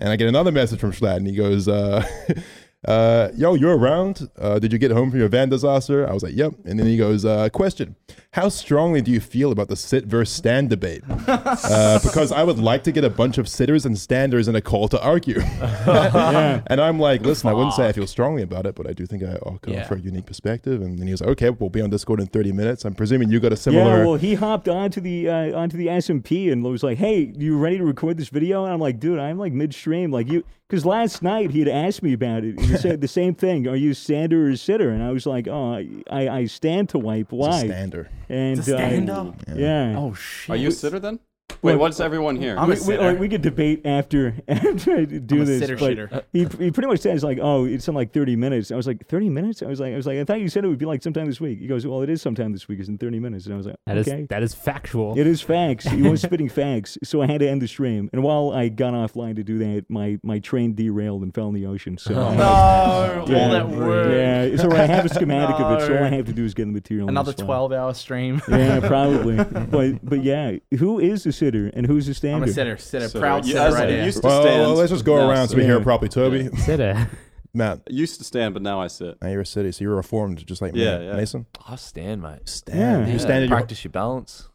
and I get another message from Schlatt, and he goes, uh, uh, Yo, you're around? Uh, did you get home from your van disaster? I was like, Yep. And then he goes, uh, Question How strongly do you feel about the sit versus stand debate? Uh, because I would like to get a bunch of sitters and standers in a call to argue. yeah. And I'm like, Listen, I wouldn't say I feel strongly about it, but I do think I offer Yeah. a unique perspective. And then he was like, Okay, we'll be on Discord in 30 minutes. I'm presuming you got a similar. Yeah, well, he hopped onto the uh, onto the SMP and was like, "Hey, you ready to record this video?" And I'm like, "Dude, I'm like midstream, like you." Because last night he had asked me about it. and He said the same thing: "Are you a stander or a sitter?" And I was like, "Oh, I, I, I stand to wipe. it's a Why?" Stander. And It's a uh, stand-up? yeah. Oh shit. Are you a sitter then? Wait, what's everyone here? I'm we, a we, sitter. or we could debate after after I do I'm a this. sitter but shitter. He, he pretty much says like, oh, it's in like thirty minutes. I was like, thirty minutes? I was like, I was like, I thought you said it would be like sometime this week. He goes, well, it is sometime this week. It's in thirty minutes. And I was like, That is okay, that is factual. it is facts. He was spitting facts, so I had to end the stream. And while I got offline to do that, my my train derailed and fell in the ocean. So. No, Yeah, all that work. Yeah, so I have a schematic of it. So all I No. have to do is get the material. and Another it's fine. 12 hour stream. Yeah, probably. but but yeah, who is the sitter and who's the I'm stander? a sitter, sitter, So proud you- sitter as right I here. used to Well, stand. let's just go now around so we sit. hear it properly. Toby, Sitter. Matt, I used to stand, but now I sit. now you're a city, so you're reformed just like Yeah, me. yeah. Mason, I stand, mate. stand. Yeah. You stand at your, Practice your balance.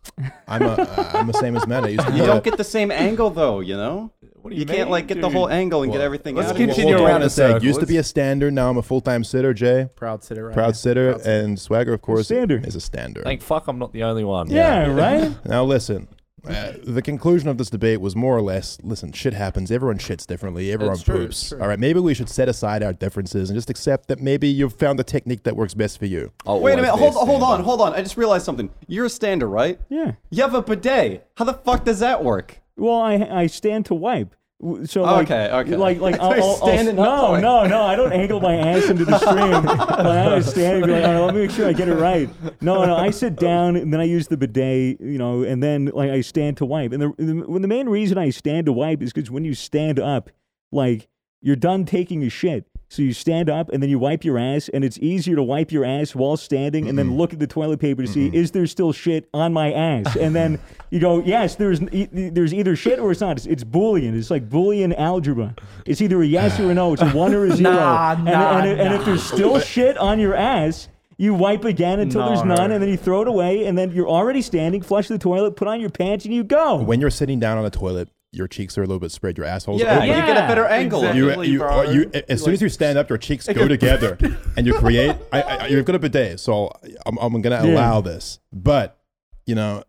I'm a, uh, I'm the same as Matt. I used to. You don't get the same angle though, you know. What You, can't like get the whole angle and get everything let's out. keep of continue it. around in circles. Used to be a stander. Now I'm a full time sitter. Jay, Proud sitter right proud here. sitter, Proud sitter. and Swagger, of course, Stander. is a stander. Thank fuck I'm not the only one. yeah, right. Now listen. Uh, the conclusion of this debate was more or less listen, shit happens. Everyone shits differently. Everyone true, poops. it's true. All right, maybe we should set aside our differences and just accept that maybe you've found the technique that works best for you. I'll Wait a minute. always Hold be a hold on. stander. Hold on. I just realized something. You're a stander, right? Yeah. You have a bidet. How the fuck does that work? Well, I I stand to wipe. W- So like, Okay, okay. Like like So I'll, you're I'll, standing I'll, up no to it. no no I don't angle my ass into the stream. I was standing like all right, let me make sure I get it right. No no I sit down and then I use the bidet you know and then like I stand to wipe and the, the, when the main reason I stand to wipe is because when you stand up like you're done taking a shit. So you stand up and then you wipe your ass, and it's easier to wipe your ass while standing, and then look at the toilet paper to see is there still shit on my ass, and then you go yes, there's e- there's either shit or it's not. It's, it's boolean. It's like boolean algebra. It's either a yes or a no. It's a one or a zero. Nah, and, nah, and, and if nah. there's still shit on your ass. You wipe again until No, there's no, none, no. and then you throw it away, and then you're already standing. Flush the toilet, put on your pants, and you go. When you're sitting down on a toilet, your cheeks are a little bit spread, your asshole's Yeah, open. you get a better angle. of exactly. it. You, Definitely, you, uh, bro. you, as soon as you stand up, your cheeks go together, and you create. I, I, you've got a bidet, so I'm, I'm going to Yeah. allow this. But you know,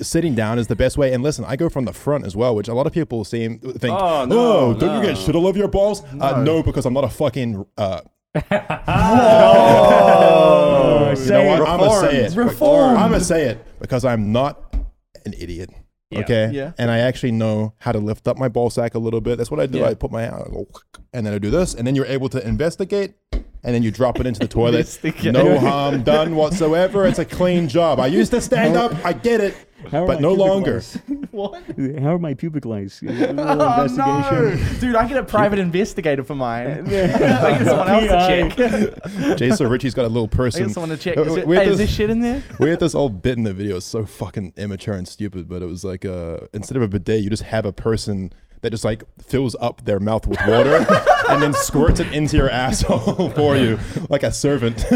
sitting down is the best way. And listen, I go from the front as well, which a lot of people seem think, Oh, oh, no, don't you no. get shit all over your balls? No, uh, no because I'm not a fucking. Uh, Oh, you know what? I'm gonna say it. Reformed. I'm gonna say it because I'm not an idiot. Okay. Yeah. And I actually know how to lift up my ball sack a little bit. That's what I do. Yeah. I put my hand, I go, and then I do this, and then you're able to investigate, and then you drop it into the toilet. no harm done whatsoever. It's a clean job. I used to stand up. I get it, How are but my no pubic longer. lice? How are my pubic lice? A little Oh, investigation. no. Dude, I get a private investigator for mine. I get someone else PI. to check. Jason Richie's got a little I person. get someone to check. Uh, Is, it, we had hey, is this- this shit in there? we had this old bit in the video. It's so fucking immature and stupid, but it was like uh, instead of a bidet, you just have a person that just like fills up their mouth with water and then squirts it into your asshole for you, like a servant.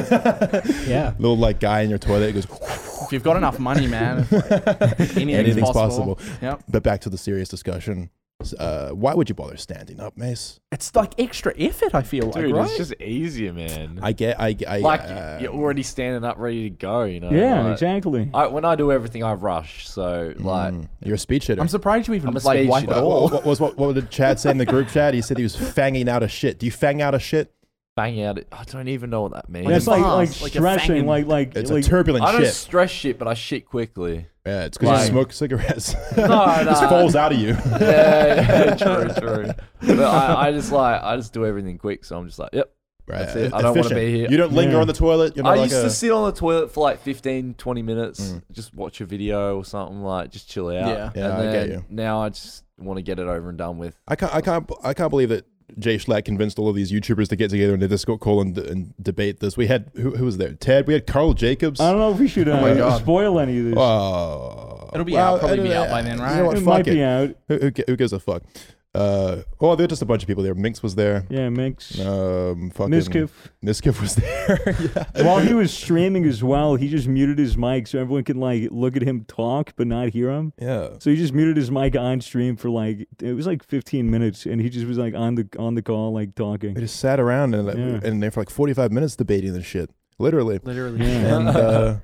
Yeah. Little like guy in your toilet goes. If you've got enough money, man, if, like, anything's, Anything's possible. possible. Yep. But back to the serious discussion. Uh, why would you bother standing up, Mace? It's like extra effort, I feel Dude, like, right? it's just easier, man. I get, I, I like uh, you're already standing up, ready to go. You know. Yeah, like, exactly. I, when I do everything, I rush. So like, mm, you're a speed shitter. I'm surprised you even I'm a like space wipe it shooter. Uh, all. what, what was what, what did Chad say in the group chat? He said he was fanging out a shit. Do you fang out a shit? bang out. I don't even know what that means. That's like like vase, like a stressing, fang. like like It's like a turbulent I don't shit. stress shit, but I shit quickly. Yeah, it's because Like- you smoke cigarettes. No, just no. falls out of you. yeah, yeah, true, true. But I, I just like I just do everything quick, so I'm just like, yep. Right. That's it. I don't wanna efficient. be here. You don't linger Yeah. on the toilet. You're not I like used a, Mm. to sit on the toilet for like 15, 20 minutes, just watch a video or something, like just chill out. Yeah. Yeah, and I get then you. Now I just want to get it over and done with. I can't. I can't. I can't believe that Jay Schlatt convinced all of these YouTubers to get together in a Discord call and, and debate this. We had who, who was there? Ted. We had Carl Jacobs. I don't know if we should uh, Oh my God. spoil any of this. Oh. It'll be Well, out, probably be anyway, out by then, you right? know what, it fuck might it. be out. Who, who, who gives a fuck? Uh, well, there were just a bunch of people there. Minx was there. Yeah, Mix. Um, fucking Miskiff. Miskiff was there. yeah. While he was streaming as well, he just muted his mic so everyone can like look at him talk but not hear him. Yeah. So he just muted his mic on stream for like it was like 15 minutes, and he just was like on the on the call like We talking. just sat around and Yeah. and there for like 45 minutes debating this shit, literally. Literally. Yeah. And uh,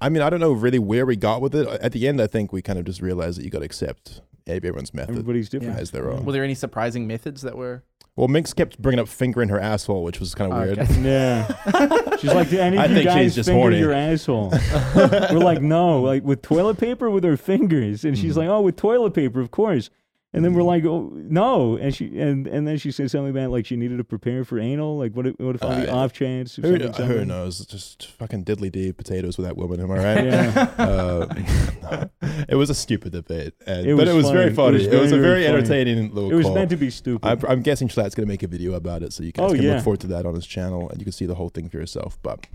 I mean, I don't know really where we got with it. At the end, I think we kind of just realized that you got to accept everyone's method Everybody's different. as their Were own. there any surprising methods that were? Well, Minx kept bringing up finger in her asshole, which was Oh, kind of weird. Okay. Yeah. she's like, do any I of you think she's guys just finger horny. your asshole? We're like, no, like with toilet paper or with her fingers, and Mm. she's like, oh, with toilet paper, of course. And then we're like, oh no, and she and and then she said something about like she needed to prepare for anal. Like, what if, what if on the Uh, off chance? If Who, something, who something? knows? Just fucking diddly d potatoes with that woman. Am I right? Yeah. Uh, no. It was a stupid debate, and, It but was it was very funny. funny. It was, a very, very funny. entertaining little it was call. meant to be stupid. I'm, I'm guessing Schlatt's going to make a video about it, so you guys Oh, can yeah. look forward to that on his channel, and you can see the whole thing for yourself. But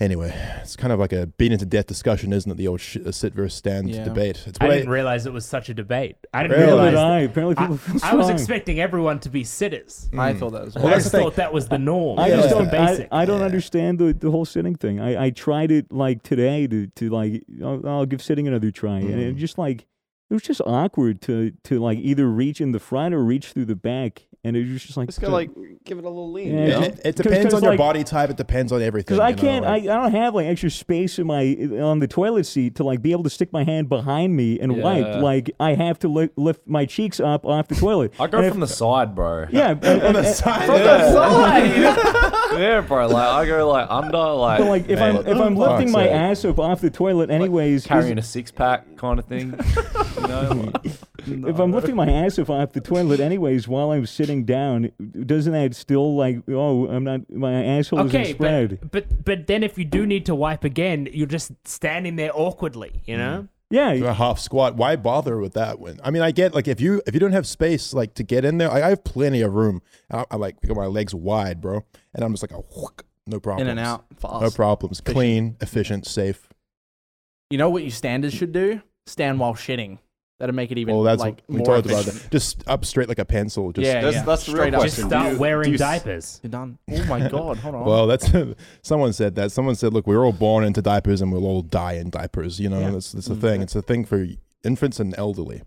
anyway, it's kind of like a beaten to death discussion, isn't it? The old sh- uh, sit versus stand Yeah. debate. It's I what I, didn't realize it was such a debate. I didn't Really? Neither realize. did I. Apparently, people feel I, I was strong. expecting everyone to be sitters. Mm. I thought that was. Well, I that's just the thing. thought that was the norm. I Yeah. just That was don't. the I, basic. I don't Yeah. understand the, the whole sitting thing. I, I tried it like today to to like I'll, I'll give sitting another try, and it Mhm. just like it was just awkward to to like either reach in the front or reach through the back, and it was just like Just gotta like give it a little lean. Yeah, you know? it, it 'Cause- depends 'cause, on your like- body type. It depends on everything. because I you know, can't I, I like- don't have like extra space in my on the toilet seat to like be able to stick my hand behind me and Yeah. wipe. Like I have to li- lift my cheeks up off the toilet. I go And if- from the side, bro. yeah, and- on and- the and- side, yeah, bro. Like I go like under, like but like if man, I'm if I'm fuck's lifting my sake. ass up off the toilet anyways, is- carrying a six pack kind of thing. you know, like, If I'm lifting my ass up off the toilet, anyways, while I'm sitting down, doesn't that still like, oh, I'm not, my asshole Okay, isn't spread? but, but but then if you do need to wipe again, you're just standing there awkwardly, you know. yeah, a half squat. Why bother with that one? I mean, I get like if you if you don't have space like to get in there, I, I have plenty of room. I, I like got my legs wide, bro, and I'm just like a whook, no problem. In and out, fast. No problems. Clean, efficient, safe. You know what you standards should do? Stand while shitting. That'll make it even well, that's like what we more talked about. efficient. That. Just up straight like a pencil. Just, yeah, That's- yeah. that's the real Straight up. question. Just start Do you- wearing do you s- diapers. You're done. Oh my god, hold on. Well, that's someone said that. Someone said, "Look, we're all born into diapers, and we'll all die in diapers." You know, Yeah. that's that's the thing. It's a thing for infants and elderly.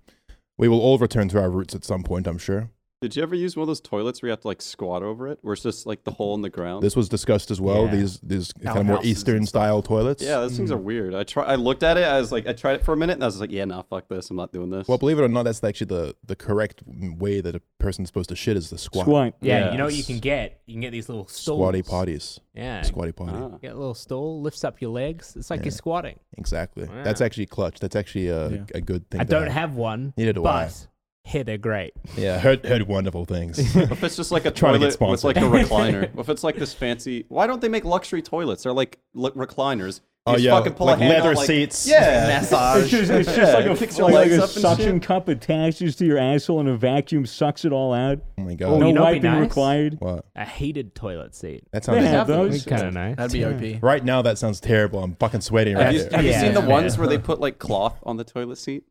We will all return to our roots at some point, I'm sure. Did you ever use one of those toilets where you have to like squat over it, where it's just like the hole in the ground? This was discussed as well. Yeah. These these kind of more Outhouses and Eastern style toilets. yeah, those things are weird. I try. I looked at it. I was like, I tried it for a minute, and I was like, yeah, nah, fuck this. I'm not doing this. Well, believe it or not, that's actually the, the correct way that a person's supposed to shit is the squat. Squat. Yeah, Yeah. you know what you can get? You can get these little stalls. Squatty potties. Yeah. Squatty potty. Ah. Get a little stall, lifts up your legs. It's like you're squatting. Exactly. That's actually clutch. That's actually a, Yeah. a good thing. I to don't have one. Neither do I. but here they're great. Yeah, heard, heard wonderful things. if it's just like a Trying to get toilet with sponsored. like a recliner, if it's like this fancy, why don't they make luxury toilets? They're like li- recliners. You Oh, just yeah, fucking pull like a hand leather out, like- seats. Yeah, It's just, it's just like a, Fix your like, like legs a up and suction shit. cup attaches to your asshole and a vacuum sucks it all out. oh my No god. you know what'd wiping be nice? required. What? A heated toilet seat. That They sounds have have those. those. Kind of nice. That'd be OP. right now that sounds terrible. I'm fucking sweating right Have, you, here. have you Yeah, seen the yeah. ones where they put like cloth on the toilet seat?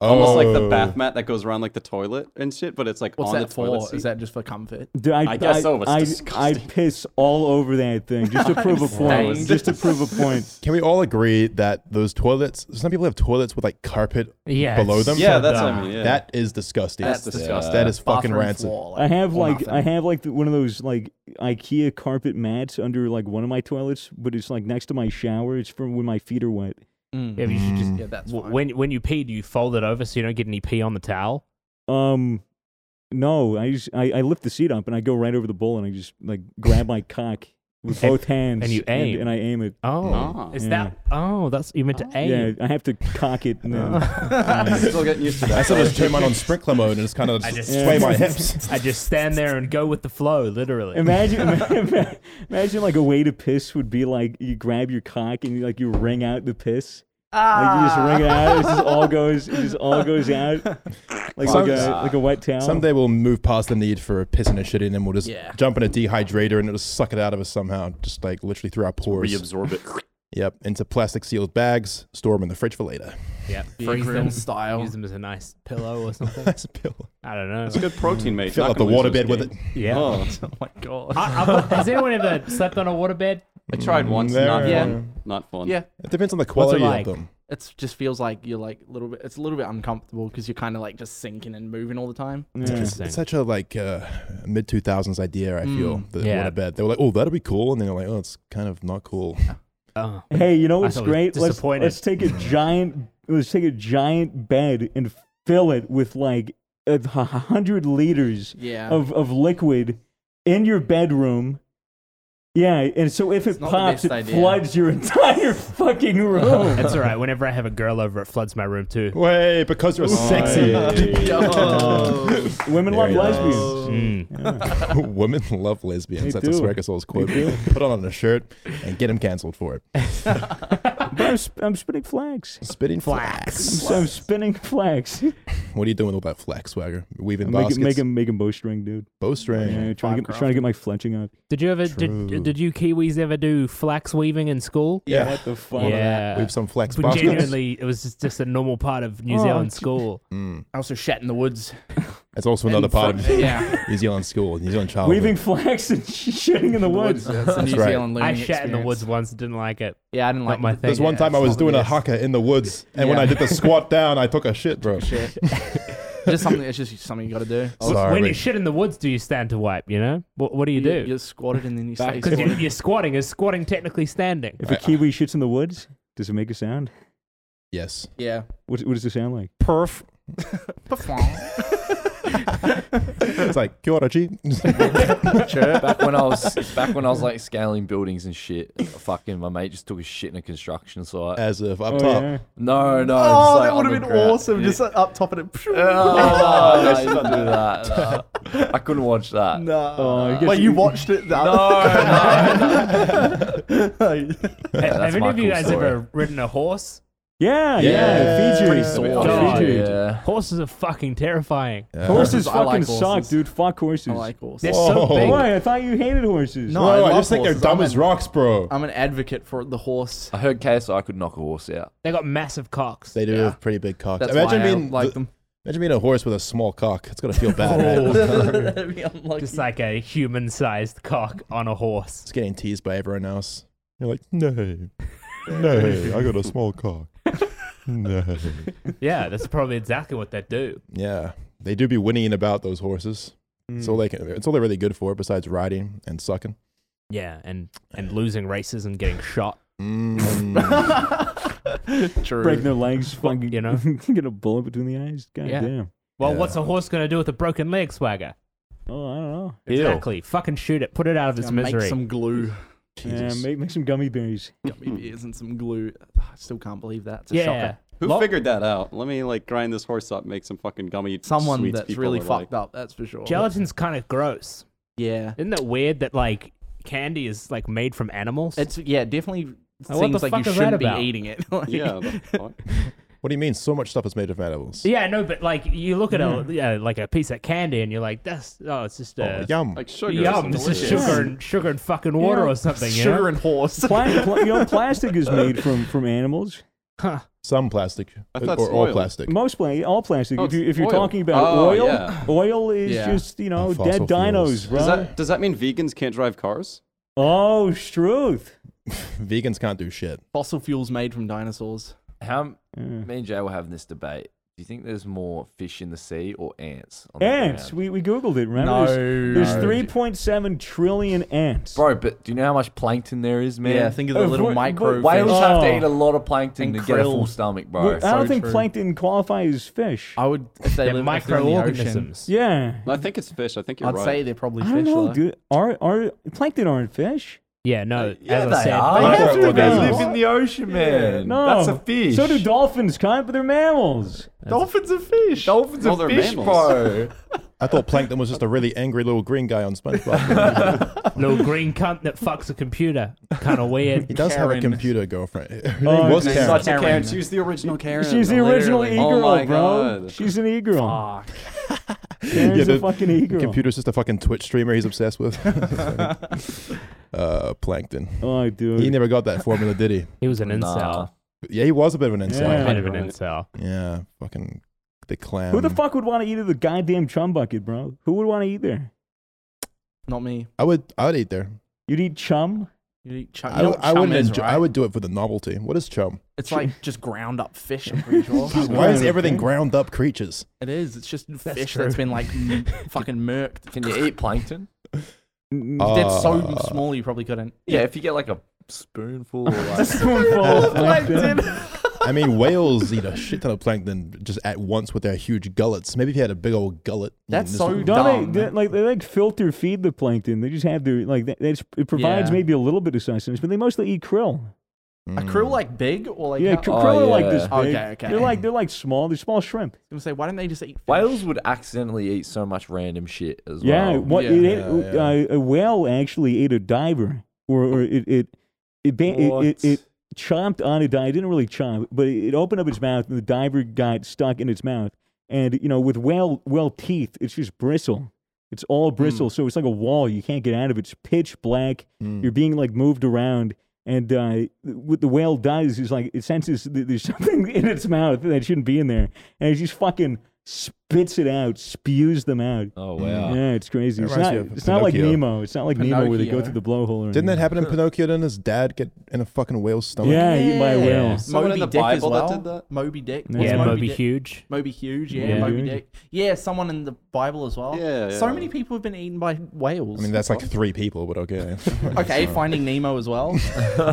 Oh. Almost like the bath mat that goes around like the toilet and shit, but it's like What's on that the for? toilet seat. Is that just for comfort? Dude, I, I guess I, so, it was I, I disgusting. piss all over that thing just to prove a point. Stains. Just to prove a point. Can we all agree that those toilets? Some people have toilets with like carpet Yeah. below it's them. yeah, so that's what dumb. I mean. Yeah. That is disgusting. That's disgusting. That is fucking Bathroom rancid. floor, I have or like I nothing. have like the, one of those like IKEA carpet mats under like one of my toilets, but it's like next to my shower. It's from when my feet are wet. Mm. Yeah, but you should just. Yeah, that's w- fine. When when you pee, do you fold it over so you don't get any pee on the towel? Um, no, I just I, I lift the seat up and I go right over the bowl and I just like grab my cock with And- both hands and you aim. and, I aim it. Oh, Ah. is Yeah. that? Oh, that's you meant to aim. Yeah, I have to cock it. And then, I'm still getting used to I that. still just turn mine on sprinkler mode and just kind of I just just- sway my hips. I just stand there and go with the flow, literally. Imagine, ima- imagine like a way to piss would be like you grab your cock and you, like you wring out the piss. Like you just wring it out. It just all goes. It just all goes out. Like like a Some- like a wet towel. Someday we'll move past the need for pissing and shitting, and we'll just Yeah. jump in a dehydrator and it'll just suck it out of us somehow, just like literally through our pores. reabsorb it. Yep, into plastic sealed bags, store them in the fridge for later. Yeah, Beer freeze grill them, style. use them as a nice pillow or something. That's a pill. I don't know. It's good protein, mate. Fill Not up the gonna lose waterbed those with it. gains. Yeah. Oh. Oh my god. I, I've, has anyone ever slept on a waterbed? I tried once. There. Not Yeah. fun. Not fun. yeah, It depends on the quality like? of them. it just feels like you're like a little bit. It's a little bit uncomfortable because you're kind of like just sinking and moving all the time. Yeah. It's, it's such a like uh, mid two thousands idea. I feel Mm. the Yeah. waterbed. They were like, "Oh, that'll be cool," and then they're like, "Oh, it's kind of not cool." Oh. Hey, you know I what's thought it was great? Let's disappointed. let's take a giant let's take a giant bed and fill it with like a hundred liters Yeah. of, of liquid in your bedroom. Yeah, and so if it not the pops, it best idea. floods your entire fucking room. It's all right. Whenever I have a girl over, it floods my room too. Wait, because you're Oh, sexy. Yo. Women There love you go. lesbians. Mm. Women love lesbians. They That's a do. Swagger Souls quote. do. Put it on a shirt and get him canceled for it. But I'm, sp- I'm spinning flags. Spitting I'm, flax. s- I'm spinning flags. What are you doing with all that flax, Swagger? Weaving I'm making, baskets, making, making bowstring, dude. bowstring. Yeah, trying, to get, trying to get my fletching up. Did you ever? True. Did, did you Kiwis ever do flax weaving in school? Yeah. What the fuck? Yeah. Weave some flax But baskets. genuinely, it was just, just a normal part of New Oh, Zealand gee. school. Mm. I also shat in the woods. That's also another And part fuck- of yeah. New Zealand school, New Zealand childhood. Weaving flags and shitting in the woods. That's the New right. Zealand I learning shat in the experience. woods once, didn't like it. Yeah, I didn't Not like my it. thing. There's one Yeah, time I it's was not the doing a best. haka in the woods, and when Yeah. I did the squat down, I took a shit, bro. Shit. just something. It's just something you got to do. Sorry. When you shit in the woods, do you stand to wipe? You know, what, what do you do? You're squatted and then you stay Because you, squatted. you're squatting. Is squatting technically standing? If a kiwi shits in the woods, does it make a sound? yes. Yeah. What, what does it sound like? Perf. Oh, It's like, kia ora, G. back when I was back when I was like scaling buildings and shit. Fucking my mate just took a shit in a construction site. As if up Oh, top. yeah. No, no. Oh, it's, like, that would on have the been ground. awesome. Yeah. Just like, up top and Oh, no, no, you didn't do that. no. I couldn't watch that. it. No, No. Oh, I guess Wait, you watched it? no. Have- that's Have any my of you cool guys story. ever ridden a horse? Yeah, Yeah. yeah. Fiji. Pretty Fiji. sore. Oh, God. Fiji. Yeah. Horses are fucking terrifying. Horses I fucking like suck, horses. dude. Fuck horses. I like horses. They're so Whoa. big. Boy, I thought you hated horses. No. Bro, I I, love just think they're horses. dumb I'm as a- rocks, bro. I'm an advocate for the horse. I heard KSI could knock a horse out. They got massive cocks. they do Yeah. have pretty big cocks. That's imagine why I being don't like the- them. imagine being a horse with a small cock. It's gonna feel bad. right? That'd be unlucky. Just like a human-sized cock on a horse. It's getting teased by everyone else. You're like, no, no, I got a small cock. No. Yeah, that's probably exactly what they do. Yeah, they do be whinnying about those horses. So they can, it's all they're really good for besides riding and sucking. Yeah, and and losing races and getting shot. Mm. True. breaking their legs, fucking, you know? get a bullet between the eyes. God Yeah. damn. Well, Yeah. what's a horse going to do with a broken leg, Swagger? Oh, I don't know. Ew. Exactly. Fucking shoot it. Put it out of its Gonna make misery. some glue. Yeah, Jesus. make, make some gummy berries. Gummy bears and some glue. I still can't believe that. It's a yeah. shocker. Who Lot- figured that out? Let me like grind this horse up, make some fucking gummy. Someone sweets that's people really are like- fucked up. That's for sure. Gelatin's kind of gross. Yeah. Isn't it weird that like candy is like made from animals? It's yeah, definitely Now, what seems the like you fuck is that shouldn't be about? eating it. Like- Yeah. the fuck? What do you mean? So much stuff is made of animals. yeah, no, but like you look at a yeah, like a piece of candy and you're like, that's oh, it's just Oh, a yum. Like sugar. or yum. something This is delicious. sugar and sugar and fucking water Yeah. or something. You Sugar know? and horse. Pla- pla- you know, plastic is made from, from animals. Huh. Some plastic I or thought all soil. plastic. Most pla- all plastic. Oh, if you it's if you're oil. talking about Oh, oil, yeah. oil is Yeah. just you know And dead fossil fuels. dinos, bro. Does that does that mean vegans can't drive cars? oh, truth. Vegans can't do shit. Fossil fuels made from dinosaurs. How Yeah. me and Jay were having this debate. Do you think there's more fish in the sea or ants? On the Ants. ground? We, we googled it. Remember? there's, there's 3.7 trillion ants. bro. But do you know how much plankton there is, man? Yeah, think of the Oh, little what- micro. what- Whales fish. have to Oh. eat a lot of plankton And to get a full krill. stomach, bro. Well, uh, I don't so think true. Uh, plankton qualify as fish. I would if they They're live if they're in the ocean. microorganisms. yeah. I think it's fish. I think you're I'd right. say they're probably I fish. don't know, though. dude. Are are plankton aren't fish? Yeah, no. Yeah, as I they said, are. They have to they be. live What? in the ocean, man. No. That's a fish. So do dolphins, cunt, but they're mammals. dolphins are fish. Dolphins Well, are they're fish, mammals. bro. I thought plankton was just a really angry little green guy on SpongeBob. little green cunt that fucks a computer. Kind of he weird. does have a Karen. computer girlfriend. Her name Oh, was Jesus. Karen. Such a Karen. Karen. She was the original Karen. She's the original Literally. e-girl, oh my bro. God. She's an e-girl. Fuck. Karen's Yeah, a the fucking e-girl. Computer's just a fucking Twitch streamer he's obsessed with. uh, plankton. Oh, dude. He never got that formula, did he? He was an incel. Nah. Yeah, he was a bit of an Yeah. insane. Bit of an Right. incel. Yeah. fucking the clam. Who the fuck would want to eat at the goddamn chum bucket, bro? Who would want to eat there? Not me. I would I would eat there. You'd eat chum? You eat chum. I, You know would- what I chum wouldn't is, enjoy, right? I would do it for the novelty. What is chum? It's like just ground up fish. I'm pretty sure. Why is Right, everything okay. ground up creatures? it is. It's just fish true. that's been like m- fucking murked. Can you eat plankton? Mm, Uh, That's so Uh, small you probably couldn't. Yeah, if you get like a spoonful, or like, spoonful of plankton. I mean, whales eat a shit ton of plankton just at once with their huge gullets. Maybe if you had a big old gullet. you That's just- so Don't dumb. they, they- like they like filter feed the plankton. They just have their like that, that's, it provides Yeah. maybe a little bit of sustenance, but they mostly eat krill. A krill like big or like yeah, how- kr- Oh, krill are like yeah. this big. Okay, okay. They're like they're like small. They're small shrimp. I was gonna say, why don't they just eat fish? whales would accidentally eat so much random shit as Yeah, well. what Yeah. it ate, Yeah, yeah. Uh, a whale actually ate a diver, or, or it it it, ba- What? it, it it chomped on a diver. It didn't really chomp, but it, it opened up its mouth, and the diver got stuck in its mouth. And you know, with whale whale teeth, it's just bristle. It's all bristle, so it's like a wall. You can't get out of it. It's pitch black. You're being like moved around. And uh, what the whale does is like it senses th- there's something in its mouth that shouldn't be in there, and it just fucking spits it out, spews them out. Oh wow. Yeah, it's crazy. That It's reminds not, me of it's not like Pinocchio. Nemo. It's not like Nemo where they go Pinocchio. through the blowhole. Or Didn't that anything. happen in Pinocchio? Didn't his dad get in a fucking whale's stomach? Yeah, eaten by a whale. Yes. Someone in Moby the Dick Bible as that well. did that? Moby Dick. Yeah. What's Yeah, Moby Moby Dick? Huge. Moby Huge, yeah, Yeah. Moby Huge. Dick. Yeah, someone in the Bible as well. Yeah, So yeah. many people have been eaten by whales. I mean, that's like three people, but okay. okay, Finding Nemo as well.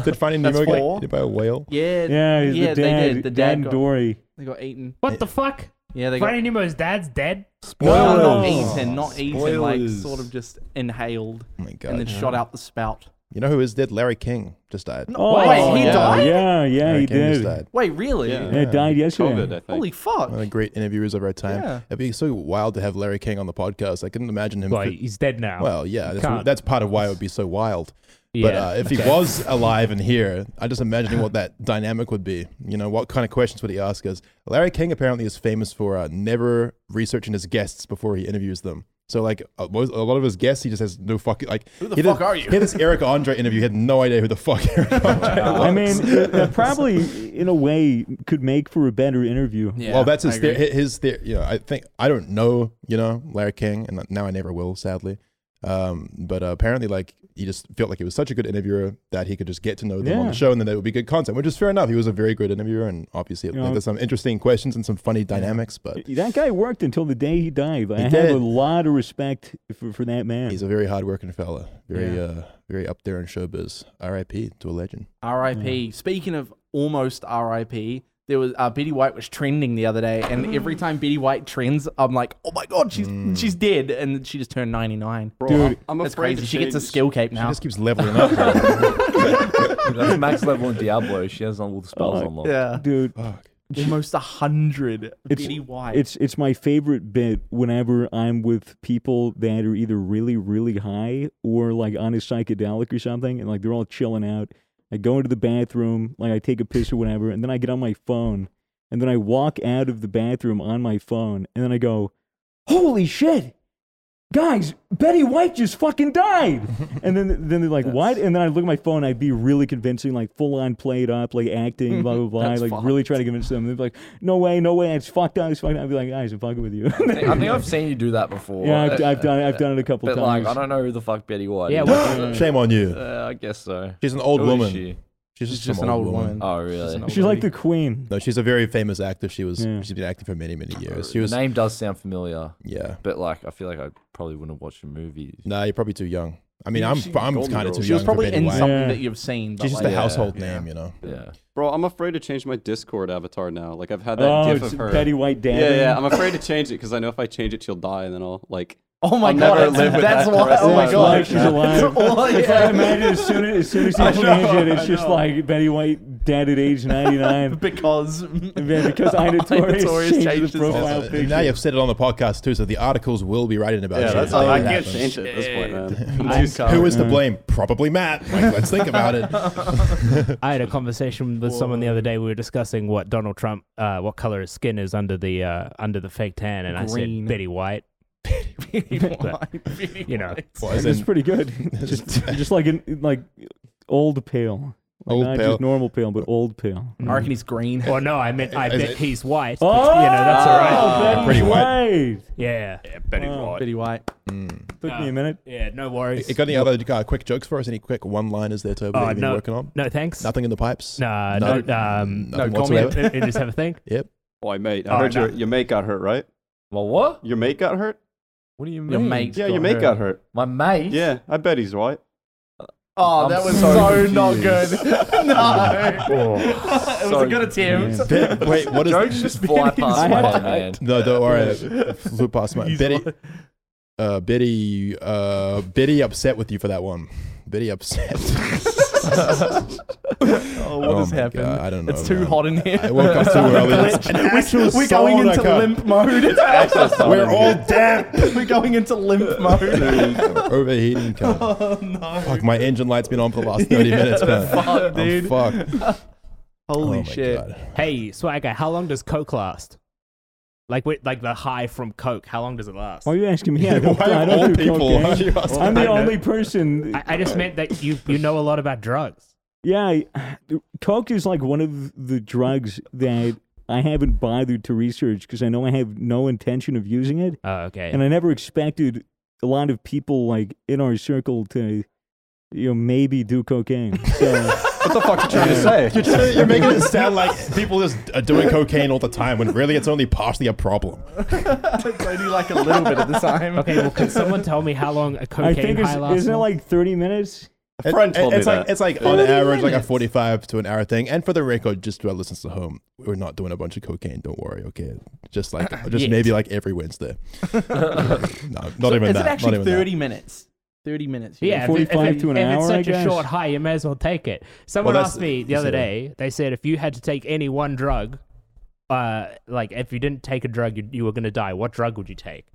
Did Finding That's Nemo get four. eaten by a whale? Yeah, Yeah, yeah, they the dad, did. The dad dad, and got, Dory. they got eaten. What the fuck? Yeah, they got Finding Nemo's dad's dead. no, not Spoilers. eaten, not eaten, like Spoilers. sort of just inhaled Oh my and then god. shot out the spout. You know who is dead? Larry King just died. Wait, he Oh, yeah, died? Yeah, yeah, Larry he King did. just died. Wait, really? Yeah. Yeah, died yesterday. COVID, I think. Holy One of the fuck! great interviewers of our time. Yeah. It'd be so wild to have Larry King on the podcast. I couldn't imagine him. Well, fit- he's dead now. well, yeah, that's, can't. that's part of why it would be so wild. yeah. But uh, if he was alive and here, I just imagining what that dynamic would be. You know, what kind of questions would he ask us? Larry King apparently is famous for uh, never researching his guests before he interviews them. So like a, most, a lot of his guests, he just has no fucking like. Who the fuck are you? He had this Eric Andre interview. He had no idea who the fuck Eric Andre was. I mean, it- that probably in a way could make for a better interview. Yeah, well, that's his I agree. theory. His theory. You know, I think I don't know. You know, Larry King, and now I never will, sadly. Um, but uh, apparently, like He just felt like he was such a good interviewer that he could just get to know them on Yeah. the show, and then that would be good content, which is fair enough. He was a very good interviewer, and obviously it You led know- to some interesting questions and some funny dynamics. But That guy worked until the day he died. I He have did. a lot of respect for, for that man. he's a very hardworking fella, very Yeah. uh, very up there in showbiz. R.I.P. to a legend. R.I.P. Speaking of almost R.I.P., there was uh, Betty White was trending the other day, and every time Betty White trends, I'm like, oh my god, she's she's dead, and she just turned 99. Dude, I'm That's afraid crazy. to She gets a change- skill cape He now. just keeps leveling up. man. That's max level in Diablo. She has all the spells Oh, unlocked. Yeah, dude, Fuck. almost a hundred. It's- Betty White. it's it's my favorite bit whenever I'm with people that are either really really high or like on a psychedelic or something, and like they're all chilling out. I go into the bathroom, like I take a piss or whatever, and then I get on my phone, and then I walk out of the bathroom on my phone, and then I go, "Holy shit!" Guys, Betty White just fucking died. And then, then they're like, "What?" And then I look at my phone. I'd be really convincing, like full on played up, like acting, blah blah blah. That's like fucked. really trying to convince them. They'd be like, "No way, no way, it's fucked up, it's fucked up." I'd be like, "Guys, I'm fucking with you." I think- I think I've seen you do that before. yeah, I've, Uh, I've done it. I've done it a couple But times. like, I don't know who the fuck Betty White Yeah, is. well- Shame on you. Uh, I guess so. She's an old Who is woman. she? She's just, She's just some an old woman. Oh, She's really? an old She's like lady. the queen. No, she's a very famous actor. She was. Yeah. She's been acting for many, many years. She The was. name does sound familiar, Yeah. but like, I feel like I probably wouldn't watch a movie. Nah, you're probably too young. I mean, Yeah, I'm she- I'm Golden kind of Girls. too she young was for probably Betty in White. something Yeah. that you've seen. But She's just like, a Yeah, household yeah. name, you know. Yeah. Bro, I'm afraid to change my Discord avatar now. Like I've had that Oh, gif it's of her. Betty White dad. yeah, yeah. I'm afraid to change it because I know if I change it, she'll die, and then I'll like. oh my I'll god, never that's, live with that's that why. for the rest oh of my my Why god, life. she's alive. It's like, imagine as soon as, as soon as you change it, it's just like Betty White dead at age 99. because Man, because Ina Torres Torres changed, changed the his- profile Uh, picture. now you've said it on the podcast too, so the articles will be writing about you. that's That like, I can't happens. change it at this point, man. Who is to blame? Probably Matt. Like, let's think about it. I had a conversation with someone the other day. We were discussing what Donald Trump, uh, what color his skin is under the uh, under the fake tan, and I Green. said Betty White. Betty But, White, Betty you know, White. Well, It's as in pretty good. just, just like an like old pale. Like Old not pale. Mm. just normal pale, but old pale. I reckon he's green. Or no, I meant I Is bet it- he's white. Oh, you know that's all right. Betty Ah, Pretty White. Yeah, Betty Wow. White. Betty White. Took me a minute. yeah. No worries. mm. got any other uh, quick jokes for us? Any quick one-liners there, Toby? Oh, that you've been no, working on? no thanks. Nothing in the pipes. Nah, No. no, um, Nothing no comment. whatsoever. it, it just have a thing. Yep. Boy, mate, Oh, I heard no. your, your mate got hurt, right? Well, what? Your mate got hurt? What do you mean? Your mate. Yeah, your mate got hurt. My mate. Yeah, I bet he's white. Oh, I'm that was so so, not good. confused. Oh, no, it was a so good attempt. Wait, what is? Jokes just fly past Betty's my white. man. No, don't worry. Flew past my Betty. Uh, Betty. Uh, Betty upset with you for that one. Betty upset. Oh, what Oh has my happened? God, I don't know. It's too man. hot in here. I woke up too early. It's an we're actual we're going sauna into cup. Oh, limp mode. We're all damp. we're going into limp mode. Overheating cup. Oh no! Fuck, my engine light's been on for the last 30 minutes, man. Fuck, dude. I'm fucked. Holy Oh my shit! God. Hey, Swagger, how long does Coke last? Like, wait, like the high from Coke, how long does it last? Why are you asking me? I don't, Why I of don't all do people? cocaine. Why are you asking I'm the I know. only person. I, I just meant that you you know a lot about drugs. Yeah, I- coke is like one of the drugs that I haven't bothered to research because I know I have no intention of using it, Oh, okay. and I never expected a lot of people like in our circle to, you know, maybe do cocaine. So, What the fuck are you trying to say? You're, trying to- you're making it sound like people just are doing cocaine all the time when really it's only partially a problem. it's only like a little bit at the time. okay, well, can someone tell me how long a cocaine I think high it's, lasts? isn't it for? like 30 minutes? A friend told me it's like that. it's like on average like a 45 to an hour thing. And for the record, just to our listeners at home, we're not doing a bunch of cocaine. Don't worry, okay? Just like just Yes. maybe like every Wednesday. no, not even Is that. it actually not even thirty minutes? Thirty minutes. yeah, if it- 45 if, it- to an if hour, it's I such a guess. short high, you may as well take it. Someone that's- asked me the that's other it. day. They said if you had to take any one drug, uh, like if you didn't take a drug, you, you were gonna die. What drug would you take?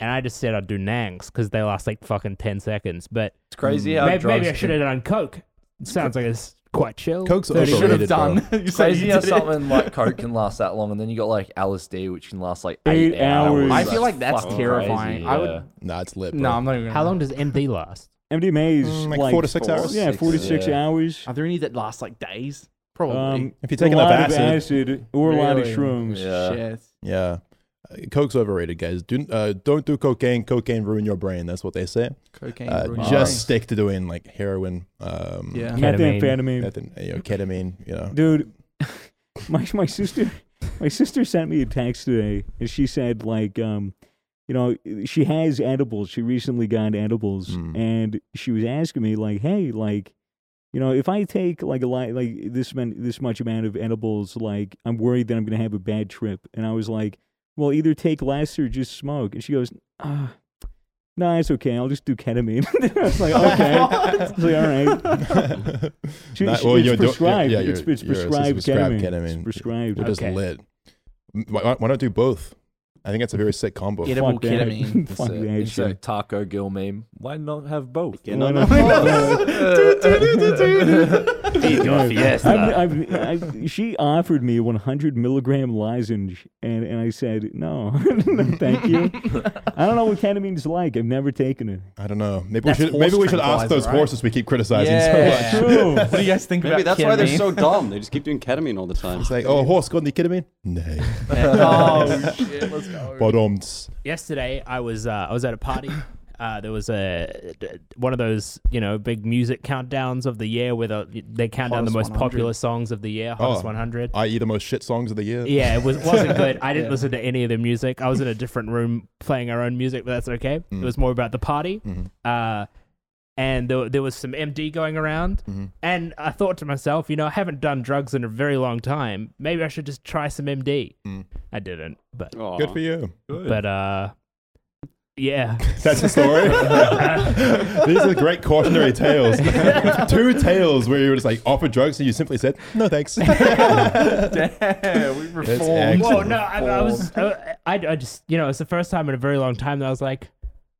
And I just said I'd do Nangs because they last like fucking ten seconds. But It's crazy how maybe, drugs maybe I should have done Coke. Sounds like it's quite chill. Coke's Thirty- overrated. should have bro. done. you said Crazy you how did it. something like Coke can last that long, and then you got like LSD, which can last like Eight eight, hours. I hours. feel like that's fucking terrifying. I would- yeah. Nah, it's lit. Bro. No, I'm not even. Gonna How long does MD last? MDMA is Mm, like like, four to six four, hours. Yeah, six, 4 to 6 yeah. hours. Are there any that last like days? Probably. Um, If you take a enough lot acid- of acid or a lot of Really? shrooms. Yeah. Shit. Yeah. Uh, Coke's overrated, guys. Do, uh, don't do cocaine. Cocaine ruin your brain. That's what they say. Cocaine. Uh, ruins your just stick to doing like heroin, um, brain. Yeah. Ketamine. Methamphetamine. meth- you know, ketamine. You know, Dude, my, my sister my sister sent me a text today and she said like um you know she has edibles. She recently got edibles Mm. and she was asking me like, "Hey, like you know, if I take like a lot, like this man, this much amount of edibles, like I'm worried that I'm gonna have a bad trip. And I was like, well, either take less or just smoke. And she goes, ah, no, it's okay. I'll just do ketamine. I was like, okay, I was like, all right. She, Not- she- well, you're it's do- you're- prescribed. yeah, it's, you're- it's you're- it's prescribed, prescribed ketamine. It's ketamine. prescribed. You're just Okay. lit. Why, why not do both? I think that's a very sick combo. Get Edible Fuck that. ketamine. Fuck It's a- that it's a shit. taco gill meme. Why not have both? Again, Why on not? the- I've- I've- I've- she offered me 100 milligram lozenge, and, and I said, no, No, thank you. I don't know what ketamine's like. I've never taken it. I don't know. Maybe That's we should maybe we should ask horse-tranquilizer, those right? horses we keep criticizing Yeah. so much. True. what do you guys think Maybe about that's why they're ketamine? so dumb. They just keep doing ketamine all the time. It's like, oh, horse, got any ketamine? Nay. oh shit, let's go. Bodoms. yesterday I was uh, I was at a party. Uh, there was a d- one of those you know big music countdowns of the year where the, they count down the most Hottest 100. popular songs of the year, hottest Oh. 100. I.e. the most shit songs of the year. Yeah, it was wasn't good. I didn't listen to any of the music. I was in a different room playing our own music, but that's okay. It was more about the party. Uh, and there, there was some MD going around, and I thought to myself, you know, I haven't done drugs in a very long time. Maybe I should just try some MD. I didn't, but Aw. Good for you. but uh, yeah. That's the story. These are great cautionary tales. Two tales where you were just like offered drugs and you simply said, no thanks. Damn, we excellent. reformed. Well, no, I, I was, I, I I just, you know, it's the first time in a very long time that I was like,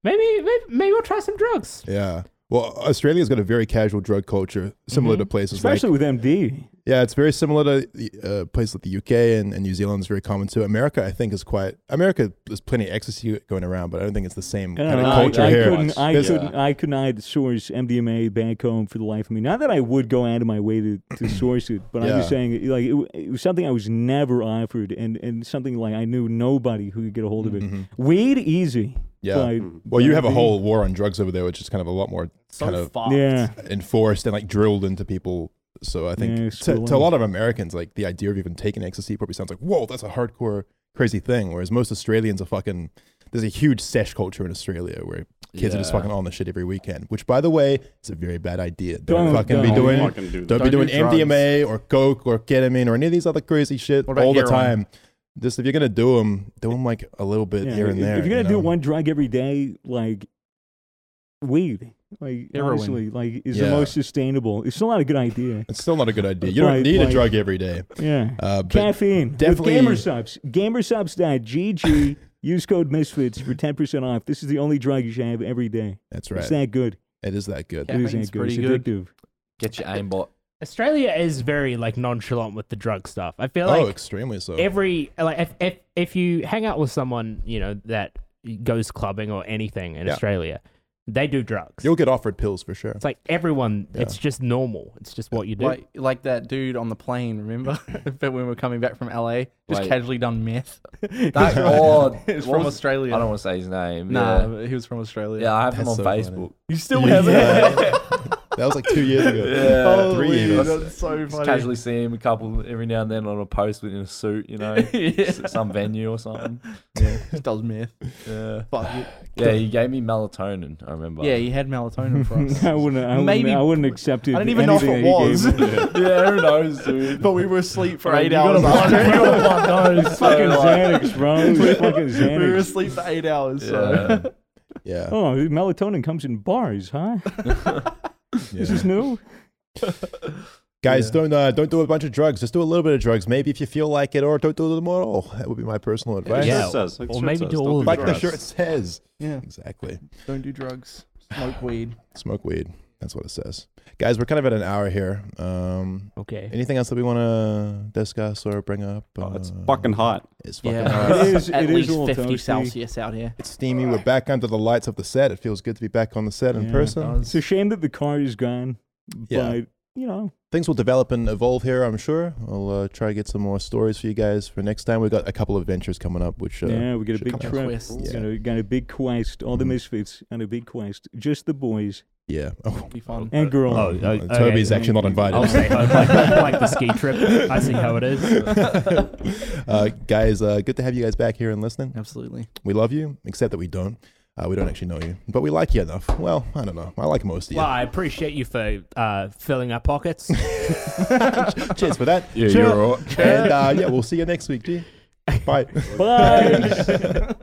maybe, maybe, maybe we'll try some drugs. yeah. Well, Australia's got a very casual drug culture, similar to places like Especially with MD. Yeah, it's very similar to the, uh, places like the UK and, and New Zealand is very common too. America, I think, is quite. America, there's plenty of ecstasy going around, but I don't think it's the same I, kind don't of know. culture I, I here. couldn't, I, There's- couldn't, I could not source MDMA back home for the life of me. Not that I would go out of my way to, to source it, but I'm just Yeah. saying, like, it, w- it was something I was never offered, and, and something like I knew nobody who could get a hold of it. Weed, easy. Mm-hmm. Yeah. but- well, you have a but- whole war on drugs over there, which is kind of a lot more kind of fucked. Yeah. enforced and like drilled into people. So I think Yeah, it's to, still to a on. lot of Americans, like the idea of even taking ecstasy probably sounds like, whoa, that's a hardcore crazy thing. Whereas most Australians are fucking. There's a huge sesh culture in Australia where kids are just Yeah. fucking on the shit every weekend, which, by the way, is a very bad idea. Don't, Don't- fucking be don't. doing. Fucking do that. Don't, be Don't doing do MDMA or coke or ketamine or any of these other crazy shit What about all the heroin? time. Just if you're gonna do them, do them like a little bit Yeah, here and if- there. If you're you gonna do know? one drug every day, like weed, like Heroin. honestly, like is Yeah. the most sustainable. It's still not a good idea. it's still not a good idea. You don't Right, need a like- drug every day. Yeah. Uh, but Caffeine. definitely- With GamerSubs. GamerSubs.gg. Use code Misfits for ten percent off. This is the only drug you should have every day. that's right. It's that good. It is that good. it is Caffeine's that good. It's pretty good. addictive. Get your aimbot. Australia is very like nonchalant with the drug stuff. I feel oh, like extremely so. every like if, if if you hang out with someone you know that goes clubbing or anything in Yeah. Australia, they do drugs. You'll get offered pills for sure. it's like everyone. It's just normal. It's just what you do. Like, like that dude on the plane, remember? but when we were coming back from LA, just Wait. casually done meth. That god. It's what from was- Australia. I don't want to say his name. Nah, Yeah, but he was from Australia. yeah I have him on That's so funny. Facebook. You still Yeah. have it? That was like two years ago. Yeah. Three Holy, years. That's so Just funny. casually see him a couple every now and then on a post in a suit, you know, s- some venue or something. Just does meth. Yeah. Fuck it. Yeah, he gave me melatonin. I remember. Yeah, he had melatonin for us. I wouldn't. I wouldn't, Maybe- I wouldn't accept it. I don't even know if it anything that he was. gave me. yeah, who knows, dude? but we were asleep for Like, eight you hours. gotta after. It's fucking Xanax, bro. It's fucking we were Xanax. asleep for eight hours. So. Yeah. Yeah. Oh, melatonin comes in bars, huh? yeah. This is new. Guys, don't uh, don't do a bunch of drugs. Just do a little bit of drugs. Maybe if you feel like it, or don't do them at all. That would be my personal advice. Yeah. It says, like Or the shirt maybe says, do don't all of Like drugs. the shirt says. Yeah, Exactly. don't do drugs. Smoke weed. Smoke weed. That's what it says. Guys, we're kind of at an hour here. Um, okay. anything else that we want to discuss or bring up? Oh, it's Uh, fucking hot. It's fucking Yeah. hot. It is- At it is least a little 50 toasty. Celsius out here. It's steamy. We're back under the lights of the set. It feels good to be back on the set in Oh, Yeah. person. It's a shame that the car is gone. Yeah. But you know, things will develop and evolve here, I'm sure. I'll uh, try to get some more stories for you guys for next time. We've got a couple of adventures coming up, which uh, yeah, we got a should big come out. trip. Quest. We Yeah. Got, a, got a big quest. All the Mhm. misfits on a big quest. Just the boys yeah. Oh, Be fun. and girl. oh, oh, okay. Toby's actually not invited. I'll stay home like, like the ski trip. I see how it is. uh, guys, uh, good to have you guys back here and listening. Absolutely. We love you, except that we don't. Uh, we don't actually know you, but we like you enough. Well, I don't know. I like most of you. Well, I appreciate you for uh, filling our pockets. Cheers for that. Yeah, Sure. you're all. And uh, yeah, we'll see you next week. Gee. Bye. Bye.